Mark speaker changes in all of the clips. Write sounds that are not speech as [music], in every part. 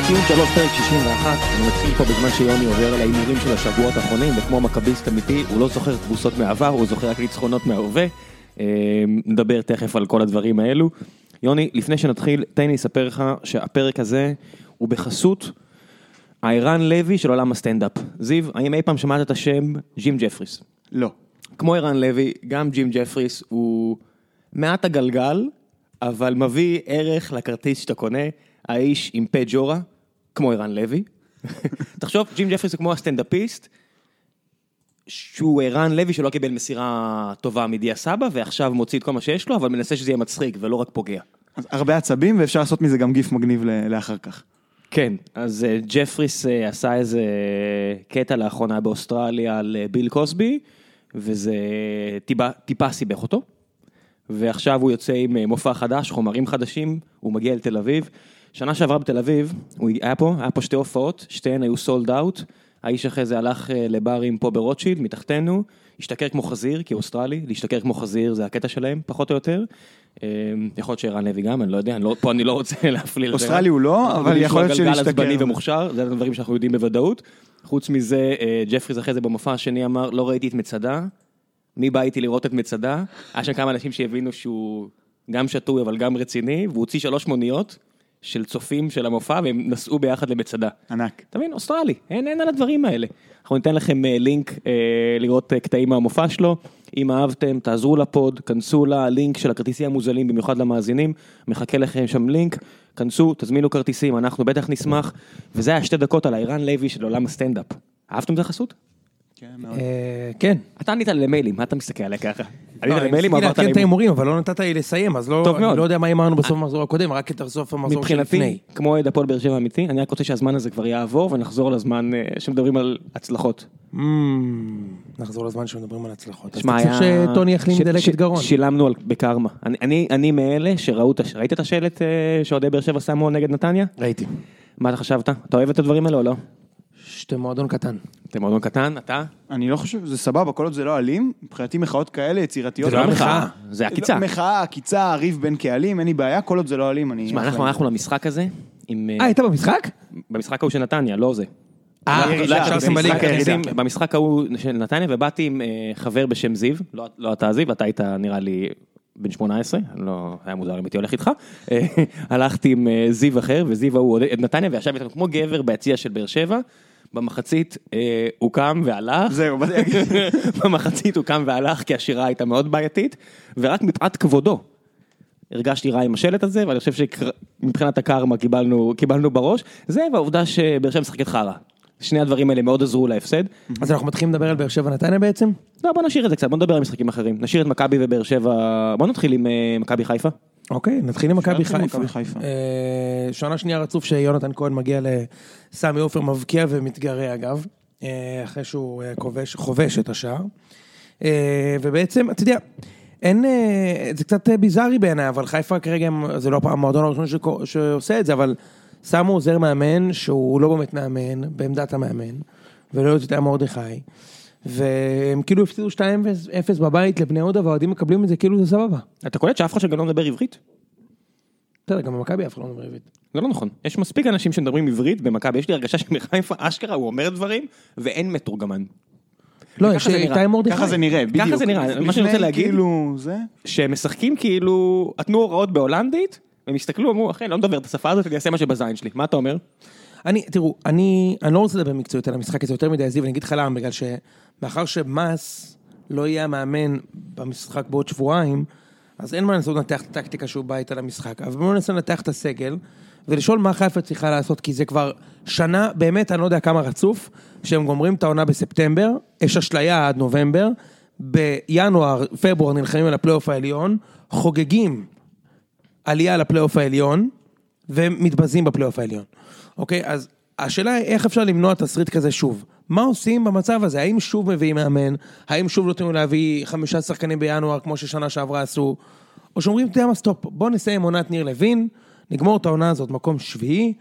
Speaker 1: 63 פרק 61, אני מתחיל פה בזמן שיוני עובר על ההימורים של השבועות האחרונים, וכמו מכביסט אמיתי, הוא לא זוכר תבוסות מהעבר, הוא זוכר רק ניצחונות מההווה. אה, נדבר תכף על כל הדברים האלו. יוני, לפני שנתחיל, תן לי לספר לך שהפרק הזה הוא בחסות הערן לוי של עולם הסטנדאפ. זיו, האם אי פעם שמעת את השם ג'ים ג'פריס?
Speaker 2: לא.
Speaker 1: כמו ערן לוי, גם ג'ים ג'פריס הוא מעט הגלגל, אבל מביא ערך לכרטיס שאתה קונה, האיש עם פה ג'ורה, כמו ערן לוי. [laughs] תחשוב, ג'ים ג'פריס הוא כמו הסטנדאפיסט, שהוא ערן לוי שלא קיבל מסירה טובה מדיה סבא, ועכשיו מוציא את כל מה שיש לו, אבל מנסה שזה יהיה מצחיק ולא רק פוגע.
Speaker 2: אז הרבה עצבים ואפשר לעשות מזה גם גיף מגניב ל- לאחר כך.
Speaker 1: כן, אז אה, ג'פריס אה, עשה איזה אה, קטע לאחרונה באוסטרליה על אה, ביל קוסבי, וזה טיפה, טיפה סיבך אותו. ועכשיו הוא יוצא עם אה, מופע חדש, חומרים חדשים, הוא מגיע לתל אביב. שנה שעברה בתל אביב, הוא היה פה, היה פה שתי הופעות, שתיהן היו סולד אאוט. האיש אחרי זה הלך אה, לברים פה ברוטשילד, מתחתנו, השתכר כמו חזיר, כי הוא אוסטרלי, להשתכר כמו חזיר זה הקטע שלהם, פחות או יותר. אה, יכול להיות שערן לוי גם, אני לא יודע, אני לא, פה אני לא רוצה [laughs] להפליל. את זה.
Speaker 2: אוסטרלי הוא לא,
Speaker 1: אנחנו
Speaker 2: אבל
Speaker 1: יודעים
Speaker 2: יכול להיות
Speaker 1: שהוא הגלגל
Speaker 2: שלהשתכר.
Speaker 1: עצבני ומוכשר, זה הדברים שאנחנו יודעים בוודאות. חוץ מזה, אה, ג'פריז אחרי זה במופע השני אמר, לא ראיתי את מצדה, מי בא איתי לראות את מצדה? היה שם כמה אנשים שהבינו שהוא גם שתוי אבל גם רציני, והוא הוציא שלוש מוניות של צופים של המופע, והם נסעו ביחד למצדה.
Speaker 2: ענק.
Speaker 1: אתה מבין, אוסטרלי, אין, אין על הדברים האלה. אנחנו ניתן לכם אה, לינק אה, לראות אה, קטעים מהמופע שלו. אם אהבתם, תעזרו לפוד, כנסו ללינק של הכרטיסים המוזלים, במיוחד למאזינים. מחכה לכם שם לינק, כנסו, תזמינו כרטיסים, אנחנו בטח נשמח. וזה היה שתי דקות על ערן לוי של עולם הסטנדאפ. אהבתם את החסות?
Speaker 2: כן, מאוד.
Speaker 3: אה, כן.
Speaker 1: אתה ענית לי למיילים, מה אתה מסתכל עליי ככה? ענית
Speaker 3: לא,
Speaker 1: למיילים,
Speaker 3: ניסיתי
Speaker 1: עברת
Speaker 3: לעדכן את
Speaker 1: למיילים.
Speaker 3: ההימורים, אבל לא נתת לי לסיים, אז
Speaker 1: טוב
Speaker 3: לא,
Speaker 1: מאוד.
Speaker 3: אני לא יודע מה הימרנו בסוף המחזור הקודם, רק את הסוף המחזור
Speaker 1: מבחינתי,
Speaker 3: שלפני.
Speaker 1: כמו אוהד הפועל באר שבע אמיתי, אני רק רוצה שהזמן הזה כבר יעבור ונחזור לזמן אה, שמדברים על הצלחות.
Speaker 3: Mm, נחזור לזמן שמדברים על הצלחות. אז
Speaker 1: שמע,
Speaker 3: אתה חושב
Speaker 1: היה-
Speaker 3: שטוני יחלים
Speaker 1: ש- ש-
Speaker 3: דלקת גרון.
Speaker 1: שילמנו על- בקרמה. אני- אני- אני מאלה שראו, את הש- ראית את השלט אה, שאוהדי באר שבע שמו נגד נתניה?
Speaker 3: ראיתי.
Speaker 1: מה אתה חשבת? אתה אוהב את הדברים האלה או לא?
Speaker 3: שאתה מועדון קטן.
Speaker 1: אתם מאוד קטן, אתה?
Speaker 2: אני לא חושב, זה סבבה, כל עוד זה לא אלים, מבחינתי מחאות כאלה יצירתיות.
Speaker 1: זה לא
Speaker 2: לא,
Speaker 1: מחאה, זה עקיצה.
Speaker 2: מחאה, עקיצה, ריב בין קהלים, אין לי בעיה, כל עוד זה לא אלים, אני...
Speaker 1: תשמע,
Speaker 2: אחלה.
Speaker 1: אנחנו הלכנו למשחק הזה, עם, אה,
Speaker 3: אה, היית במשחק?
Speaker 1: במשחק ההוא של נתניה, לא זה.
Speaker 3: אה,
Speaker 2: ירידה,
Speaker 3: לא, אפשר לשים
Speaker 2: במשחק
Speaker 3: בלינק.
Speaker 2: הירידה.
Speaker 1: כרטיסים במשחק ההוא של נתניה, ובאתי עם אה, חבר בשם זיו, לא- לא אתה זיו, אתה היית נראה לי בן 18, לא היה מוזר אם הייתי הולך איתך. אה, הלכתי עם אה, זיו אחר, וזיו ההוא אוהד נתניה, וישב איתנו כמו גבר ביציע של באר שבע. במחצית אה, הוא קם והלך,
Speaker 2: זהו, באתי-
Speaker 1: [laughs] במחצית הוא קם והלך כי השירה הייתה מאוד בעייתית, ורק מפאת כבודו. הרגשתי רע עם השלט הזה, ואני חושב שמבחינת הקרמה קיבלנו, קיבלנו בראש, זה והעובדה שבאר שבע משחקת חרא. שני הדברים האלה מאוד עזרו להפסד.
Speaker 3: אז אנחנו מתחילים לדבר על באר שבע נתניה בעצם?
Speaker 1: לא, בוא נשאיר את זה קצת, בוא נדבר על משחקים אחרים. נשאיר את מכבי ובאר שבע, בוא נתחיל עם אה, מכבי חיפה.
Speaker 3: אוקיי, נתחיל עם מכבי
Speaker 2: נתחיל עם
Speaker 3: חיפה.
Speaker 2: מכבי חיפה.
Speaker 3: אה, שנה שנייה רצוף שיונתן כהן מגיע לסמי עופר מבקיע ומתגרה אגב, אה, אחרי שהוא אה, כובש, חובש את השער. אה, ובעצם, אתה יודע, אין, אה, זה קצת אה, ביזארי בעיניי, אבל חיפה כרגע, הם- זה לא הפעם- המועדון הראשון שקו- שעושה את זה, אבל שמו עוזר מאמן שהוא לא באמת מאמן, בעמדת המאמן, ולא יודע מרדכי. והם כאילו הפסידו 2-0 בבית לבני יהודה, והאוהדים מקבלים את זה כאילו זה סבבה.
Speaker 1: אתה קולט שאף אחד שם גם לא מדבר עברית?
Speaker 3: בסדר, גם במכבי אף אחד לא מדבר עברית.
Speaker 1: זה לא נכון. יש מספיק אנשים שמדברים עברית במכבי, יש לי הרגשה שבחיפה אשכרה הוא אומר דברים, ואין מתורגמן.
Speaker 3: לא,
Speaker 1: וככה
Speaker 3: יש
Speaker 1: זה נראה.
Speaker 3: איתי מרדכי.
Speaker 2: ככה זה נראה, בדיוק.
Speaker 1: ככה זה נראה, מה שאני רוצה
Speaker 2: לפני,
Speaker 1: להגיד-
Speaker 2: כאילו, זה...
Speaker 1: שהם משחקים כאילו, נתנו הוראות בהולנדית, הם הסתכלו, אמרו, אחי, אני לא מדבר את השפה הזאת, אני אעשה מה שבזין שלי. מה אתה אומר?
Speaker 3: אני, תראו, אני, אני לא רוצה לדבר מקצועית על המשחק הזה יותר מדי, זיו, אני אגיד לך למה, בגלל שמאחר שמאס לא יהיה המאמן במשחק בעוד שבועיים, אז אין מה לנסות לנתח את הטקטיקה שהוא בא איתה למשחק, אבל בואו ננסה לנתח את הסגל, ולשאול מה חיפה צריכה לעשות, כי זה כבר שנה, באמת, אני לא יודע כמה רצוף, שהם גומרים את העונה בספטמבר, יש אשליה עד נובמבר, בינואר, פברואר נלחמים על הפלייאוף העליון, חוגגים עלייה לפלייאוף העליון, ומתבזים בפלייאוף העליון. אוקיי, אז השאלה היא איך אפשר למנוע תסריט כזה שוב. מה עושים במצב הזה? האם שוב מביאים מאמן? האם שוב נותנים לו להביא חמישה שחקנים בינואר, כמו ששנה שעברה עשו? או שאומרים, אתה יודע מה, סטופ, בוא נסיים עונת ניר לוין, נגמור את העונה הזאת, מקום שביעי,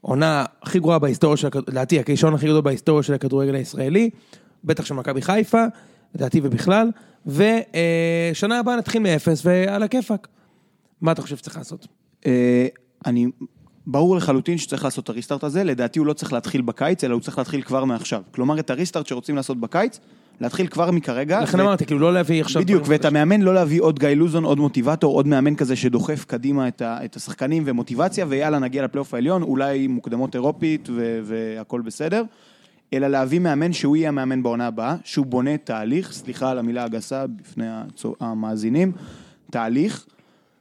Speaker 3: עונה הכי גרועה בהיסטוריה של, הכד- לדעתי, הכישרון הכי גדול בהיסטוריה של הכדורגל הישראלי, בטח של מכבי חיפה, לדעתי ובכלל, אה, ושנה הבאה נתחיל מאפס ועל הכיפאק. מה אתה חושב שצריך לעשות?
Speaker 2: אה, אני ברור לחלוטין שצריך לעשות את הריסטארט הזה, לדעתי הוא לא צריך להתחיל בקיץ, אלא הוא צריך להתחיל כבר מעכשיו. כלומר, את הריסטארט שרוצים לעשות בקיץ, להתחיל כבר מכרגע.
Speaker 1: אה,
Speaker 3: לכן
Speaker 2: ו-
Speaker 3: אמרתי, כאילו לא להביא עכשיו...
Speaker 2: בדיוק,
Speaker 3: דברים
Speaker 2: ואת המאמן לא להביא עוד גיא לוזון, עוד מוטיבטור, עוד מאמן כזה שדוחף קדימה את, ה, את השחקנים ומוטיבציה, ויאללה, נגיע לפלייאוף העליון, אולי מוקדמות אירופית ו, והכל בסדר. אלא להביא מאמן שהוא יהיה המאמן בעונה הבאה, שהוא בונה תהליך, סליחה על המילה הגסה בפני הצו- המאזינים, תהליך,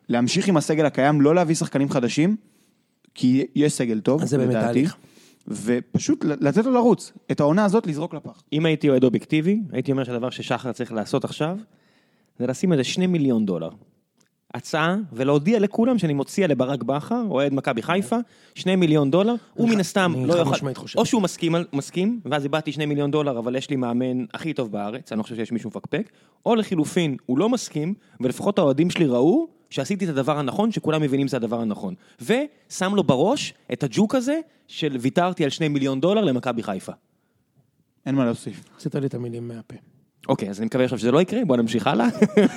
Speaker 2: להמשיך עם הסגל הקיים, לא להביא שחקנים חדשים, כי יש סגל טוב,
Speaker 3: אז זה באמת
Speaker 2: לדעתי,
Speaker 3: תהליך.
Speaker 2: ופשוט לתת לו לרוץ, את העונה הזאת לזרוק לפח.
Speaker 1: אם הייתי אוהד אובייקטיבי, הייתי אומר שהדבר ששחר צריך לעשות עכשיו, זה לשים איזה שני מיליון דולר. הצעה, ולהודיע לכולם שאני מוציע לברק בכר, אוהד מכבי חיפה, שני מיליון דולר, הוא
Speaker 3: אני
Speaker 1: מן
Speaker 3: ח-
Speaker 1: הסתם
Speaker 3: אני
Speaker 1: לא
Speaker 3: חד
Speaker 1: יוכל,
Speaker 3: משמעית חושב.
Speaker 1: או שהוא מסכים, על- מסכים, ואז איבדתי שני מיליון דולר, אבל יש לי מאמן הכי טוב בארץ, אני לא חושב שיש מישהו מפקפק, או לחילופין, הוא לא מסכים, ולפחות האוהדים שלי ראו שעשיתי את הדבר הנכון, שכולם מבינים שזה הדבר הנכון. ושם לו בראש את הג'וק הזה של ויתרתי על שני מיליון דולר למכבי חיפה.
Speaker 2: אין מה להוסיף.
Speaker 3: עשית לי את המילים מהפה.
Speaker 1: אוקיי, אז אני מקווה עכשיו שזה לא יקרה, בואו נמשיך הלאה.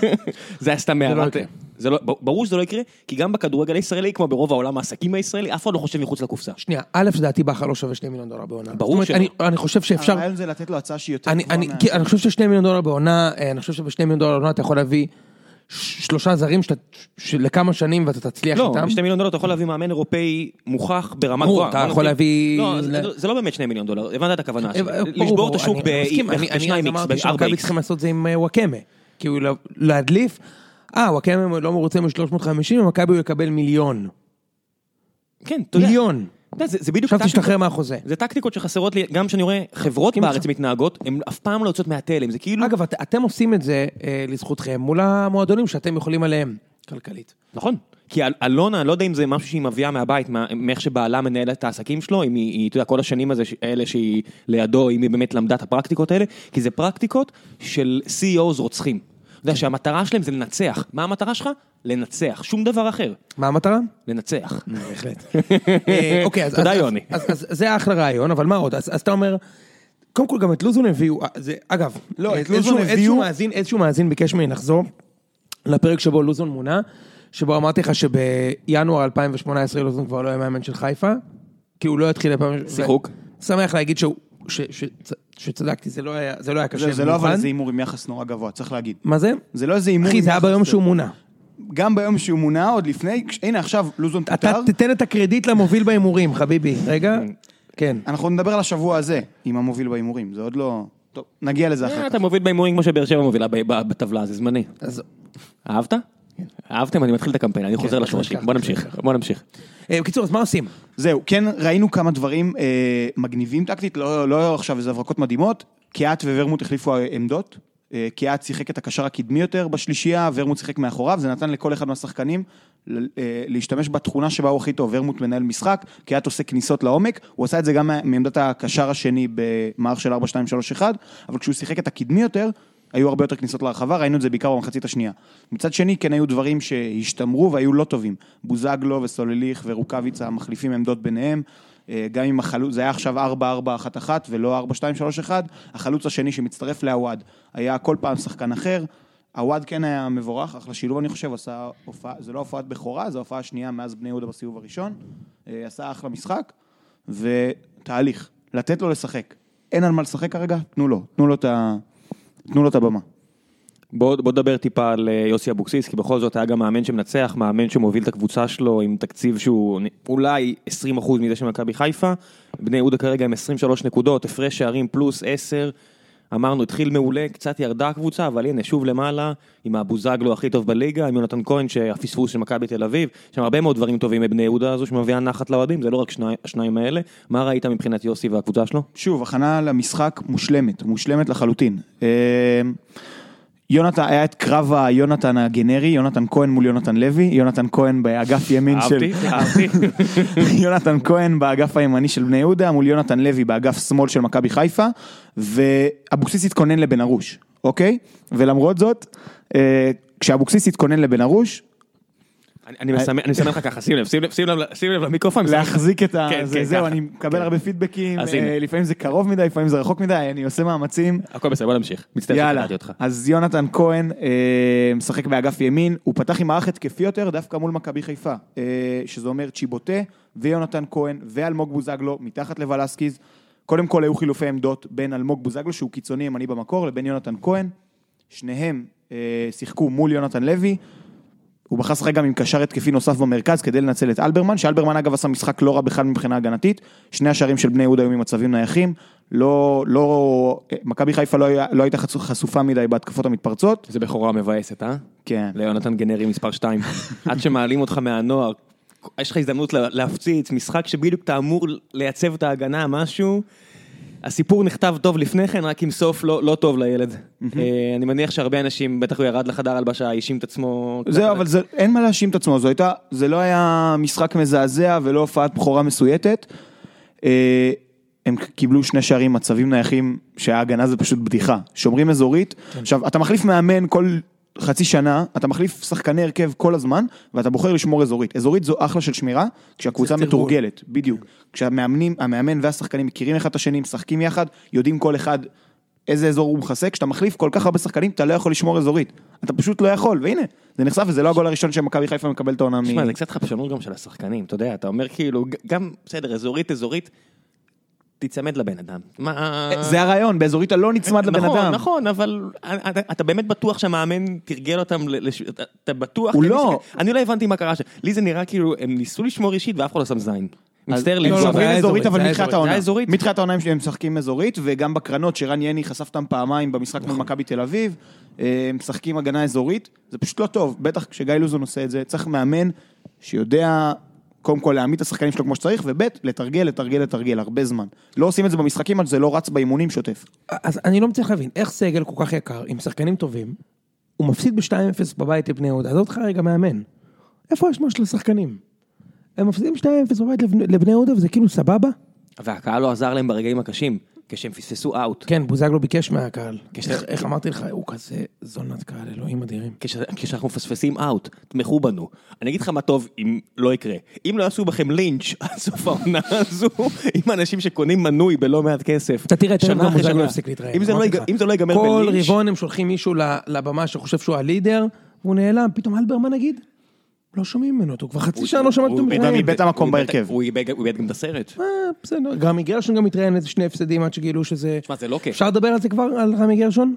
Speaker 1: [laughs] זה היה סתם
Speaker 3: לא
Speaker 1: הערת...
Speaker 3: יקרה.
Speaker 1: זה לא, ברור שזה לא יקרה, כי גם בכדורגל הישראלי, כמו ברוב העולם העסקים הישראלי, אף אחד לא חושב מחוץ לקופסה.
Speaker 3: שנייה, א', לדעתי בכר לא שווה 2 מיליון דולר בעונה.
Speaker 1: ברור
Speaker 3: זאת אומרת,
Speaker 1: שלא.
Speaker 3: אני- אני חושב שאפשר...
Speaker 2: הרעיון זה לתת לו הצעה שהיא יותר
Speaker 3: אני,
Speaker 2: גבוהה
Speaker 3: אני,
Speaker 2: מה-
Speaker 3: כי אני חושב ששני מיליון דולר בעונה, אה, אני חושב שבשני מיליון דולר בעונה אתה יכול להביא ש- שלושה זרים שאתה, ש- לכמה שנים ואתה תצליח
Speaker 1: לא,
Speaker 3: איתם.
Speaker 1: בשתי מיליון דולר אתה יכול להביא מאמן אירופאי מוכח ברמה
Speaker 3: ברור,
Speaker 1: גבוהה.
Speaker 3: אתה
Speaker 1: בוא
Speaker 3: יכול
Speaker 1: נתחיל-
Speaker 3: להביא-
Speaker 1: לא, זה-
Speaker 3: ל-
Speaker 1: זה לא באמת שני מיליון דולר, הבנת את הכוונה
Speaker 3: אה,
Speaker 1: שלי.
Speaker 3: אה, ברור,
Speaker 1: לשבור את
Speaker 3: ברור,
Speaker 1: השוק
Speaker 3: אני-
Speaker 1: ב-
Speaker 3: אני מסכים, אני- אני
Speaker 1: בשניים
Speaker 3: אז
Speaker 1: איקס,
Speaker 3: אמרתי
Speaker 1: בארבע
Speaker 3: שמכבי
Speaker 1: איקס.
Speaker 3: צריכים לעשות את זה עם אה, וואקמה. כאילו לה- להדליף, אה, וואקמה לא מרוצה מ-350, ומכבי הוא יקבל מיליון.
Speaker 1: כן, אתה יודע.
Speaker 3: מיליון.
Speaker 1: אתה יודע, זה- זה בדיוק
Speaker 3: עכשיו
Speaker 1: טקטיקות-
Speaker 3: תשתחרר מהחוזה.
Speaker 1: זה טקטיקות שחסרות לי, גם כשאני רואה חברות
Speaker 3: מסכים איתך.
Speaker 1: בארץ מתנהגות, הן אף פעם לא יוצאות מהתלם, זה כאילו...
Speaker 3: אגב, את- אתם עושים את זה אה, לזכותכם מול המועדונים שאתם יכולים עליהם. כלכלית.
Speaker 1: נכון. כי אל- אלונה, אני לא יודע אם זה משהו שהיא מביאה מהבית, מה- מאיך שבעלה מנהל את העסקים שלו, אם היא, היא, אתה יודע, כל השנים הזה, ש- האלה שהיא לידו, אם היא באמת למדה את הפרקטיקות האלה, כי זה פרקטיקות של CEOs רוצחים. אתה יודע שהמטרה שלהם זה לנצח. מה המטרה שלך? לנצח, שום דבר אחר.
Speaker 3: מה [laughs] המטרה?
Speaker 1: לנצח.
Speaker 3: בהחלט. אה, אוקיי, אז...
Speaker 1: תודה,
Speaker 3: אז-
Speaker 1: יוני.
Speaker 3: אז אז- זה אחלה רעיון, אבל מה עוד? אז אז אתה אומר... קודם כל גם את לוזון הביאו, אה, זה- אגב,
Speaker 2: לא, את
Speaker 3: איזשהו-
Speaker 2: לוזון הביאו-
Speaker 3: איזשהו מאזין, איזשהו מאזין ביקש ממני לחזור לפרק שבו לוזון מונה, שבו אמרתי לך שבינואר 2018 לוזון כבר לא יהיה מאמן של חיפה, כי הוא לא יתחיל לפעמים...
Speaker 1: שיחוק.
Speaker 3: שמח להגיד שהוא- ש- ש- שצדקתי, זה לא היה זה לא היה קשה.
Speaker 2: זה, זה לא אבל
Speaker 3: במיוחד.
Speaker 2: זה הימור עם יחס נורא גבוה, צריך להגיד.
Speaker 3: מה זה?
Speaker 2: זה לא איזה הימור...
Speaker 3: אחי,
Speaker 2: עם
Speaker 3: זה היה
Speaker 2: יחס-
Speaker 3: ביום שהוא מונה.
Speaker 2: גם ביום שהוא מונה, עוד לפני, כש- הנה עכשיו לוזון
Speaker 3: אתה
Speaker 2: פוטר.
Speaker 3: תיתן את הקרדיט למוביל בהימורים, חביבי. רגע? כן.
Speaker 2: אנחנו נדבר על השבוע הזה, עם המוביל בהימורים, זה עוד לא... טוב, נגיע לזה אחר
Speaker 1: אה,
Speaker 2: כך.
Speaker 1: אתה מוביל בהימורים כמו שבאר שבע מובילה ב- ב- בטבלה, זה זמני.
Speaker 3: אז
Speaker 1: אהבת? אהבתם? אני מתחיל את הקמפיין, אני חוזר
Speaker 3: כן,
Speaker 1: לשורשים.
Speaker 3: ככה,
Speaker 1: בוא
Speaker 3: ככה.
Speaker 1: נמשיך, בוא נמשיך.
Speaker 3: אה, בקיצור, אז מה עושים?
Speaker 2: זהו, כן, ראינו כמה דברים אה, מגניבים טקטית, לא, לא עכשיו איזה הברקות מדהימות. קיאט וורמוט החליפו עמדות. אה, קיאט שיחק את הקשר הקדמי יותר בשלישייה, ורמוט שיחק מאחוריו, זה נתן לכל אחד מהשחקנים ל- אה, להשתמש בתכונה שבה הוא הכי טוב. ורמוט מנהל משחק, קיאט עושה כניסות לעומק, הוא עשה את זה גם מה- מעמדת הקשר השני במערך של 4-2-3-1, אבל כשהוא שיחק את הקדמי יותר, היו הרבה יותר כניסות להרחבה, ראינו את זה בעיקר במחצית השנייה. מצד שני, כן היו דברים שהשתמרו והיו לא טובים. בוזגלו וסולליך ורוקאביצה מחליפים עמדות ביניהם. אה, גם אם החלוץ, זה היה עכשיו 4-4-1-1 ולא 4-2-3-1, החלוץ השני שמצטרף לעווד היה כל פעם שחקן אחר. עווד כן היה מבורך, אחלה שילוב אני חושב, עשה הופעה, זה לא הופעת בכורה, זו הופעה שנייה מאז בני יהודה בסיבוב הראשון. אה, עשה אחלה משחק, ותהליך, לתת לו לשחק. אין על מה לשחק כרגע, תנו לו, תנו לו את ה... תנו לו את הבמה.
Speaker 1: בוא, בוא נדבר טיפה על אה, יוסי אבוקסיס, כי בכל זאת היה גם מאמן שמנצח, מאמן שמוביל את הקבוצה שלו עם תקציב שהוא נ- אולי 20% מזה של מכבי חיפה. בני יהודה כרגע עם 23 נקודות, הפרש שערים פלוס 10. אמרנו, התחיל מעולה, קצת ירדה הקבוצה, אבל הנה, שוב למעלה, עם הבוזגלו הכי טוב בליגה, עם יונתן כהן, שהפספוס של מכבי תל אביב, יש שם הרבה מאוד דברים טובים בבני יהודה הזו, שמביאה נחת לאוהדים, זה לא רק שני, השניים האלה. מה ראית מבחינת יוסי והקבוצה שלו?
Speaker 2: שוב, הכנה למשחק מושלמת, מושלמת לחלוטין. אה, יונתן, היה את קרב היונתן הגנרי, יונתן כהן מול יונתן לוי, יונתן כהן באגף ימין של...
Speaker 1: אהבתי, אהבתי.
Speaker 2: [laughs] יונתן כהן באגף הימני של בני יהודה, מול יונתן לוי באגף שמאל של מכבי חיפה, ואבוקסיס התכונן לבן ארוש, אוקיי? ולמרות זאת, אה, כשאבוקסיס התכונן לבן ארוש,
Speaker 1: אני- אני מסמן אני מסמן לך ככה, שים לב, שים לב, שים לב, שים לב למיקרופון. אני מסמן לך.
Speaker 2: להחזיק את ה...
Speaker 1: כן,
Speaker 2: זה-
Speaker 1: כן,
Speaker 2: זהו,
Speaker 1: ככה.
Speaker 2: אני מקבל הרבה פידבקים,
Speaker 1: אז
Speaker 2: אה,
Speaker 1: הנה.
Speaker 2: לפעמים זה קרוב מדי, לפעמים זה רחוק מדי, אני עושה מאמצים.
Speaker 1: הכל בסדר, בוא נמשיך. מצטער
Speaker 2: יאללה,
Speaker 1: שקטעתי אותך.
Speaker 2: אז יונתן כהן אה, משחק באגף ימין, הוא פתח עם מערך התקפי יותר דווקא מול מכבי חיפה, אה, שזה אומר צ'יבוטה ויונתן כהן ואלמוג בוזגלו מתחת לוולסקיז. קודם כל היו חילופי עמדות בין אלמוג בוזגלו, שהוא קיצוני ימני במקור, לבין יונתן כהן. שניהם אה, שיחקו מול יונתן לוי. הוא בחר לשחק גם עם קשר התקפי נוסף במרכז כדי לנצל את אלברמן, שאלברמן אגב עשה משחק לא רע בכלל מבחינה הגנתית, שני השערים של בני יהודה היו ממצבים נייחים, לא, לא, מכבי חיפה לא, היה- לא הייתה חצו- חשופה מדי בהתקפות המתפרצות,
Speaker 1: זה בכורה מבאסת, אה?
Speaker 2: כן,
Speaker 1: ליונתן גנרי מספר
Speaker 2: [laughs]
Speaker 1: 2. עד שמעלים אותך מהנוער, יש לך הזדמנות לה- להפציץ, משחק שבדיוק אתה אמור לייצב את ההגנה, משהו. הסיפור נכתב טוב לפני כן, רק עם סוף לא, לא טוב לילד. אה, אני מניח שהרבה אנשים, בטח הוא ירד לחדר הלבשה, האשים את עצמו.
Speaker 2: זהו, אבל זה, אין מה להאשים את עצמו, זו הייתה, זה לא היה משחק מזעזע ולא הופעת בכורה מסויטת. אה, הם קיבלו שני שערים, מצבים נייחים, שההגנה זה פשוט בדיחה. שומרים אזורית, עכשיו, אתה מחליף מאמן כל חצי שנה, אתה מחליף שחקני הרכב כל הזמן, ואתה בוחר לשמור אזורית. אזורית זו אחלה של שמירה, כשהקבוצה
Speaker 3: צריך תרגול.
Speaker 2: מתורגלת, בדיוק. כשהמאמנים, המאמן והשחקנים מכירים אחד את השני, משחקים יחד, יודעים כל אחד איזה אזור הוא מכסה, כשאתה מחליף כל כך הרבה שחקנים, אתה לא יכול לשמור אזורית. אתה פשוט לא יכול, והנה, זה נחשף וזה לא הגול הראשון שמכבי חיפה מקבלת העונה מ...
Speaker 1: תשמע, זה קצת חפשנות גם של השחקנים, אתה יודע, אתה אומר כאילו, ג- גם, בסדר, אזורית, אזורית, תיצמד לבן אדם. מה...
Speaker 2: אה, זה הרעיון, באזורית אתה לא נצמד לבן
Speaker 1: נכון,
Speaker 2: אדם.
Speaker 1: נכון, אבל אתה, אתה באמת בטוח שהמאמן תרגל אותם, ל- לש... אתה, אתה בטוח?
Speaker 2: הוא
Speaker 1: אין לי
Speaker 2: לא.
Speaker 1: ספק. אני לא הבנתי מה קרה שם. לי זה נראה כאילו, הם ניסו לשמור אישית ואף אחד לא שם זין.
Speaker 2: אז
Speaker 1: מצטער
Speaker 2: הם
Speaker 1: לי,
Speaker 3: לא,
Speaker 1: אבל-
Speaker 3: זה
Speaker 2: שומרים
Speaker 3: היה
Speaker 2: אזורית,
Speaker 3: אזורית,
Speaker 2: אבל
Speaker 3: זה היה
Speaker 2: מתחילת
Speaker 3: אזורית,
Speaker 1: זה
Speaker 2: העונה.
Speaker 1: היה אזורית.
Speaker 2: מתחילת העונה הם- הם משחקים אזורית, וגם בקרנות שרן יני חשף אותם פעמיים במשחק מול מכבי תל אביב, אה, הם משחקים הגנה אזורית, זה פשוט לא טוב, בטח כשגיא לוזון עושה את זה, צריך מאמן שיודע... קודם כל להעמיד את השחקנים שלו כמו שצריך, וב' לתרגל, לתרגל, לתרגל, הרבה זמן. לא עושים את זה במשחקים, אז זה לא רץ באימונים שוטף.
Speaker 3: אז אני לא מצליח להבין, איך סגל כל כך יקר, עם שחקנים טובים, הוא מפסיד ב-2-0 בבית לבני יהודה, עזוב אותך רגע מאמן. איפה האשמה של השחקנים? הם מפסידים 2-0 בבית לבני- לבני יהודה וזה כאילו סבבה?
Speaker 1: והקהל לא עזר להם ברגעים הקשים, כשהם פספסו אאוט.
Speaker 3: כן, בוזגלו ביקש מהקהל.
Speaker 1: כש-
Speaker 3: איך- איך אמרתי לך, הוא כזה זונת קהל, אלוהים אדירים.
Speaker 1: כש... כשאנחנו מפספסים אאוט, תמכו בנו. אני אגיד לך מה טוב אם לא יקרה. אם לא יעשו בכם לינץ' [laughs] עד סוף העונה הזו, עם אנשים שקונים מנוי בלא מעט כסף.
Speaker 3: אתה תראה, תראה,
Speaker 1: שנה
Speaker 3: גם
Speaker 1: אחרי
Speaker 3: בוזגלו
Speaker 1: שנה.
Speaker 3: יפסיק להתראיין.
Speaker 1: אם זה לא
Speaker 3: אמרתי
Speaker 1: יג-
Speaker 3: לך.
Speaker 1: אם זה לא ייגמר
Speaker 3: כל
Speaker 1: בלינץ',
Speaker 3: רבעון הם שולחים מישהו ל- לבמה שחושב שהוא הלידר, והוא נעלם, פתאום אלברמן נגיד, לא שומעים ממנו אותו, כבר חצי שנה לא שמעתי אותו
Speaker 1: הוא
Speaker 2: איבד-
Speaker 3: מתראיין.
Speaker 2: איבד את המקום
Speaker 1: הוא איבד-
Speaker 2: בהרכב.
Speaker 1: הוא איבד הוא איבד גם את הסרט.
Speaker 3: אה, בסדר, רמי גרשון גם התראיין איזה שני הפסדים עד שגילו שזה...
Speaker 1: תשמע, זה לא כיף.
Speaker 3: אפשר לדבר על זה כבר, על רמי גרשון?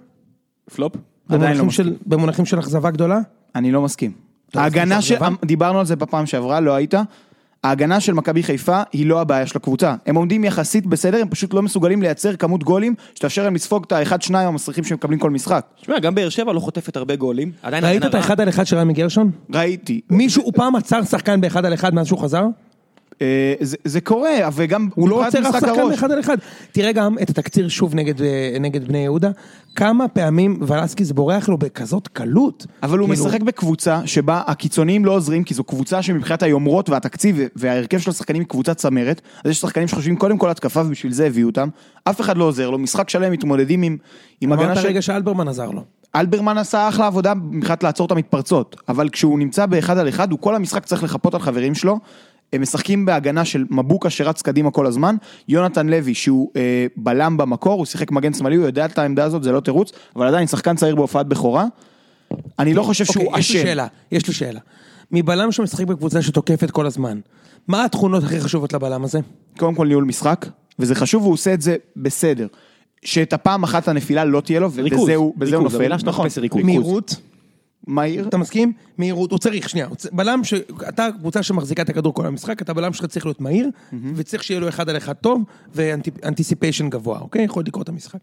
Speaker 1: פלופ?
Speaker 2: עדיין לא
Speaker 3: במונחים של- במונחים של אכזבה גדולה?
Speaker 2: אני לא מסכים.
Speaker 3: אתה לא
Speaker 2: ההגנה של...
Speaker 3: מסכים שעכשיו
Speaker 2: דיברנו על זה בפעם שעברה, לא היית. ההגנה של מכבי חיפה היא לא הבעיה של הקבוצה. הם עומדים יחסית בסדר, הם פשוט לא מסוגלים לייצר כמות גולים שתאפשר להם לספוג את האחד-שניים המסריחים שהם מקבלים כל משחק.
Speaker 1: תשמע, גם באר שבע לא חוטפת הרבה גולים. עדיין
Speaker 3: ראית
Speaker 1: הגנה
Speaker 3: את
Speaker 1: רעה.
Speaker 3: האחד על אחד של רמי גרשון?
Speaker 2: ראיתי.
Speaker 3: מישהו, הוא פעם עצר שחקן באחד על אחד מאז שהוא חזר?
Speaker 2: אה, זה, זה קורה, וגם...
Speaker 3: הוא לא
Speaker 2: מבחינת
Speaker 3: עוצר אף
Speaker 2: משחק
Speaker 3: שחקן
Speaker 2: הראש.
Speaker 3: באחד על אחד. תראה גם את התקציר שוב נגד, אה, נגד בני יהודה, כמה פעמים ולסקיס בורח לו בכזאת קלות.
Speaker 2: אבל הוא
Speaker 3: כאילו,
Speaker 2: משחק בקבוצה שבה הקיצוניים לא עוזרים, כי זו קבוצה שמבחינת היומרות והתקציב וההרכב של השחקנים היא קבוצה צמרת, אז יש שחקנים שחושבים קודם כל התקפה ובשביל זה הביאו אותם. אף אחד לא עוזר לו, משחק שלם מתמודדים עם, עם הגנה
Speaker 3: אמרת
Speaker 2: של...
Speaker 3: רגע שאלברמן עזר לו.
Speaker 2: אלברמן עשה אחלה עבודה מבחינת לעצור את המתפרצות, אבל כשהוא נמצא באחד על אחד, הוא כל המשחק צריך לחפות על חברים שלו. הם משחקים בהגנה של מבוקה שרץ קדימה כל הזמן, יונתן לוי שהוא אה, בלם במקור, הוא שיחק מגן שמאלי, הוא יודע את העמדה הזאת, זה לא תירוץ, אבל עדיין שחקן צעיר בהופעת בכורה. אני לא חושב שהוא
Speaker 3: אוקיי, יש לי
Speaker 2: אשם.
Speaker 3: שאלה, יש לי שאלה. מבלם שמשחק בקבוצה שתוקפת כל הזמן, מה התכונות הכי חשובות לבלם הזה?
Speaker 2: קודם כל ניהול משחק, וזה חשוב, והוא עושה את זה בסדר. שאת הפעם אחת הנפילה לא תהיה לו,
Speaker 1: ריכוז,
Speaker 2: ובזה הוא, בזה הוא
Speaker 1: ריכוז, נכון.
Speaker 2: נופל.
Speaker 1: המילה שאתה מחפש היא ריכוז.
Speaker 3: מהירות?
Speaker 2: מהיר.
Speaker 3: אתה מסכים? מהירות, הוא צריך, שנייה, הוא צ- בלם ש... אתה קבוצה שמחזיקה את הכדור כל המשחק, אתה בלם שלך צריך להיות מהיר, וצריך שיהיה לו אחד על אחד טוב, ואנטיסיפיישן גבוה, אוקיי? יכול לקרוא את המשחק.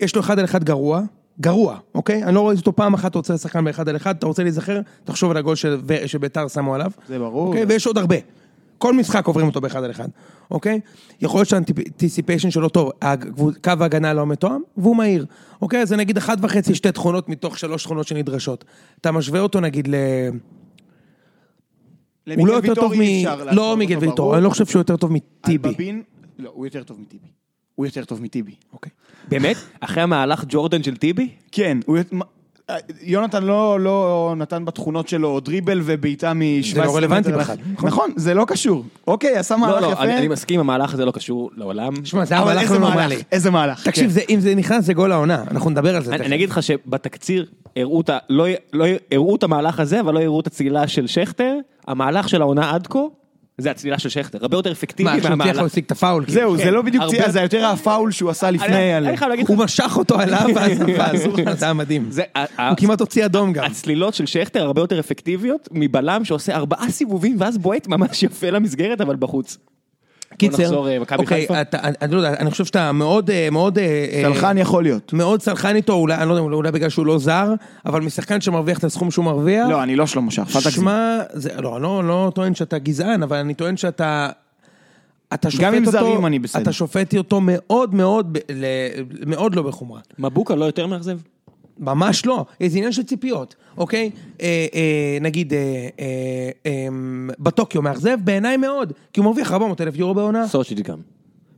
Speaker 3: יש לו אחד על אחד גרוע, גרוע, אוקיי? אני לא ראיתי אותו פעם אחת עוצר שחקן באחד על אחד, אתה רוצה להיזכר, תחשוב על הגול של- ו- שביתר שמו עליו.
Speaker 2: זה ברור.
Speaker 3: אוקיי? ויש עוד הרבה. כל משחק עוברים אותו באחד על אחד, אוקיי? יכול להיות שהאנטיסיפיישן שלו טוב, הגבו- קו ההגנה לא מתואם, והוא מהיר. אוקיי, אז זה נגיד אחת וחצי, שתי תכונות מתוך שלוש תכונות שנדרשות. אתה משווה אותו נגיד ל... הוא לא יותר טוב מ... לא מגיל ויטור, אני לא חושב שהוא יותר טוב מטיבי.
Speaker 2: בבין, לא, הוא יותר טוב מטיבי. הוא יותר טוב מטיבי.
Speaker 3: אוקיי.
Speaker 1: באמת? אחרי המהלך ג'ורדן של טיבי?
Speaker 2: כן, הוא... יות- מה- יונתן לא, לא נתן בתכונות שלו או דריבל ובעיטה מ-17
Speaker 3: לא רלוונטי
Speaker 2: מטר.
Speaker 3: בכלל.
Speaker 2: נכון, זה לא קשור. אוקיי, עשה
Speaker 1: לא,
Speaker 2: מהלך
Speaker 1: לא,
Speaker 2: יפה.
Speaker 1: אני אני מסכים, המהלך הזה לא קשור לעולם.
Speaker 3: שמע, זה היה
Speaker 2: אבל
Speaker 3: מהלך
Speaker 2: איזה
Speaker 3: לא
Speaker 2: מהלך,
Speaker 3: נורמלי.
Speaker 2: איזה מהלך.
Speaker 3: תקשיב,
Speaker 2: כן.
Speaker 3: זה- אם זה נכנס זה גול העונה, אנחנו נדבר על זה.
Speaker 1: אני
Speaker 3: תכף.
Speaker 1: אני אגיד לך שבתקציר הראו את ה- לא י- לא י- הראו את המהלך הזה, אבל לא הראו את הצלילה של שכטר. המהלך של העונה עד כה, זה הצלילה של שכטר. הרבה יותר
Speaker 3: מה,
Speaker 1: אפקטיבי
Speaker 3: עכשיו הוא הצליח
Speaker 1: מהמהלך.
Speaker 3: להשיג את הפאול. כאילו.
Speaker 2: זהו, זה
Speaker 1: כן,
Speaker 2: לא בדיוק
Speaker 1: הרבה-
Speaker 2: צייה, זה יותר הפאול שהוא עשה לפני.
Speaker 1: אני-
Speaker 2: על-
Speaker 1: אני חייב להגיד לך,
Speaker 3: הוא משך אותו אליו ואז נפל, זה היה מדהים.
Speaker 1: זה- ה- ה-
Speaker 3: הוא כמעט הוציא אדום גם.
Speaker 1: הצלילות של שכטר הרבה יותר אפקטיביות מבלם שעושה ארבעה סיבובים ואז בועט ממש [laughs] יפה למסגרת אבל בחוץ.
Speaker 3: קיצר,
Speaker 1: נחזור, אה, מכבי
Speaker 3: אוקיי,
Speaker 1: חיפה.
Speaker 3: אתה- אני- אני לא יודע, אני חושב שאתה מאוד, אה, מאוד, אה, אה,
Speaker 2: סלחן יכול להיות.
Speaker 3: מאוד סלחן איתו, אולי, אני לא יודע, אולי בגלל שהוא לא זר, אבל משחקן שמרוויח את הסכום שהוא מרוויח,
Speaker 1: אה,
Speaker 2: לא, אני לא שלמה שחף, אל תגזים.
Speaker 3: שמע, זה- לא, לא, לא טוען שאתה גזען, אבל אני טוען שאתה... אתה שופט
Speaker 2: עם
Speaker 3: אותו,
Speaker 2: זרים אני בסדר.
Speaker 3: אתה שופט אותו מאוד מאוד, ב- ל- מאוד לא בחומרה.
Speaker 1: מבוקה לא יותר מאכזב?
Speaker 3: ממש לא, זה עניין של ציפיות, אוקיי? אה, אה, נגיד, אה, אה, אה, בטוקיו מאכזב בעיניי מאוד, כי הוא מרוויח 400 אלף יורו בעונה,
Speaker 1: סוצ'יט גם.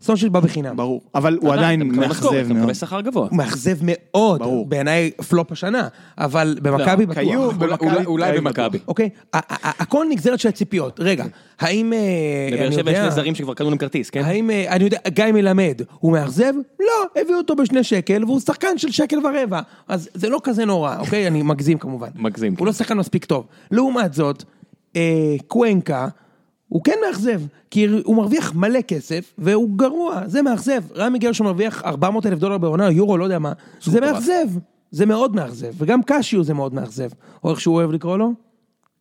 Speaker 3: סונשיל בא בחינם.
Speaker 2: ברור. אבל הוא עדיין
Speaker 1: אתה מקבל משכורת,
Speaker 2: מאכזב
Speaker 1: אתה
Speaker 2: מאוד.
Speaker 1: מקבל שכר גבוה.
Speaker 3: הוא מאכזב מאוד,
Speaker 2: ברור.
Speaker 3: בעיניי פלופ השנה, אבל במכבי בטוח. לא-
Speaker 2: כיוב,
Speaker 1: אולי-
Speaker 2: במכבי-
Speaker 1: אולי- אולי
Speaker 2: כיוב
Speaker 1: לא, במכבי.
Speaker 2: בטוח.
Speaker 3: אוקיי, ה- ה- ה- הכל נגזרת של הציפיות. רגע, האם... אה,
Speaker 1: לבאר
Speaker 3: אני
Speaker 1: שבע יש
Speaker 3: יודע-
Speaker 1: שני זרים שכבר קנו להם כרטיס, כן?
Speaker 3: האם, אה, אני יודע, גיא מלמד, הוא מאכזב? לא, הביאו אותו בשני שקל, והוא שחקן של שקל ורבע. אז זה לא כזה נורא, אוקיי? אני מגזים כמובן.
Speaker 1: מגזים, כן.
Speaker 3: הוא לא שחקן מספיק טוב. לעומת זאת, אה, קוונקה, הוא כן מאכזב, כי הוא מרוויח מלא כסף, והוא גרוע, זה מאכזב. רמי גרשון מרוויח 400 אלף דולר בעונה, יורו, לא יודע מה. זה
Speaker 1: מטורף.
Speaker 3: מאכזב, זה מאוד מאכזב. וגם קשיו זה מאוד מאכזב. או איך שהוא אוהב לקרוא לו?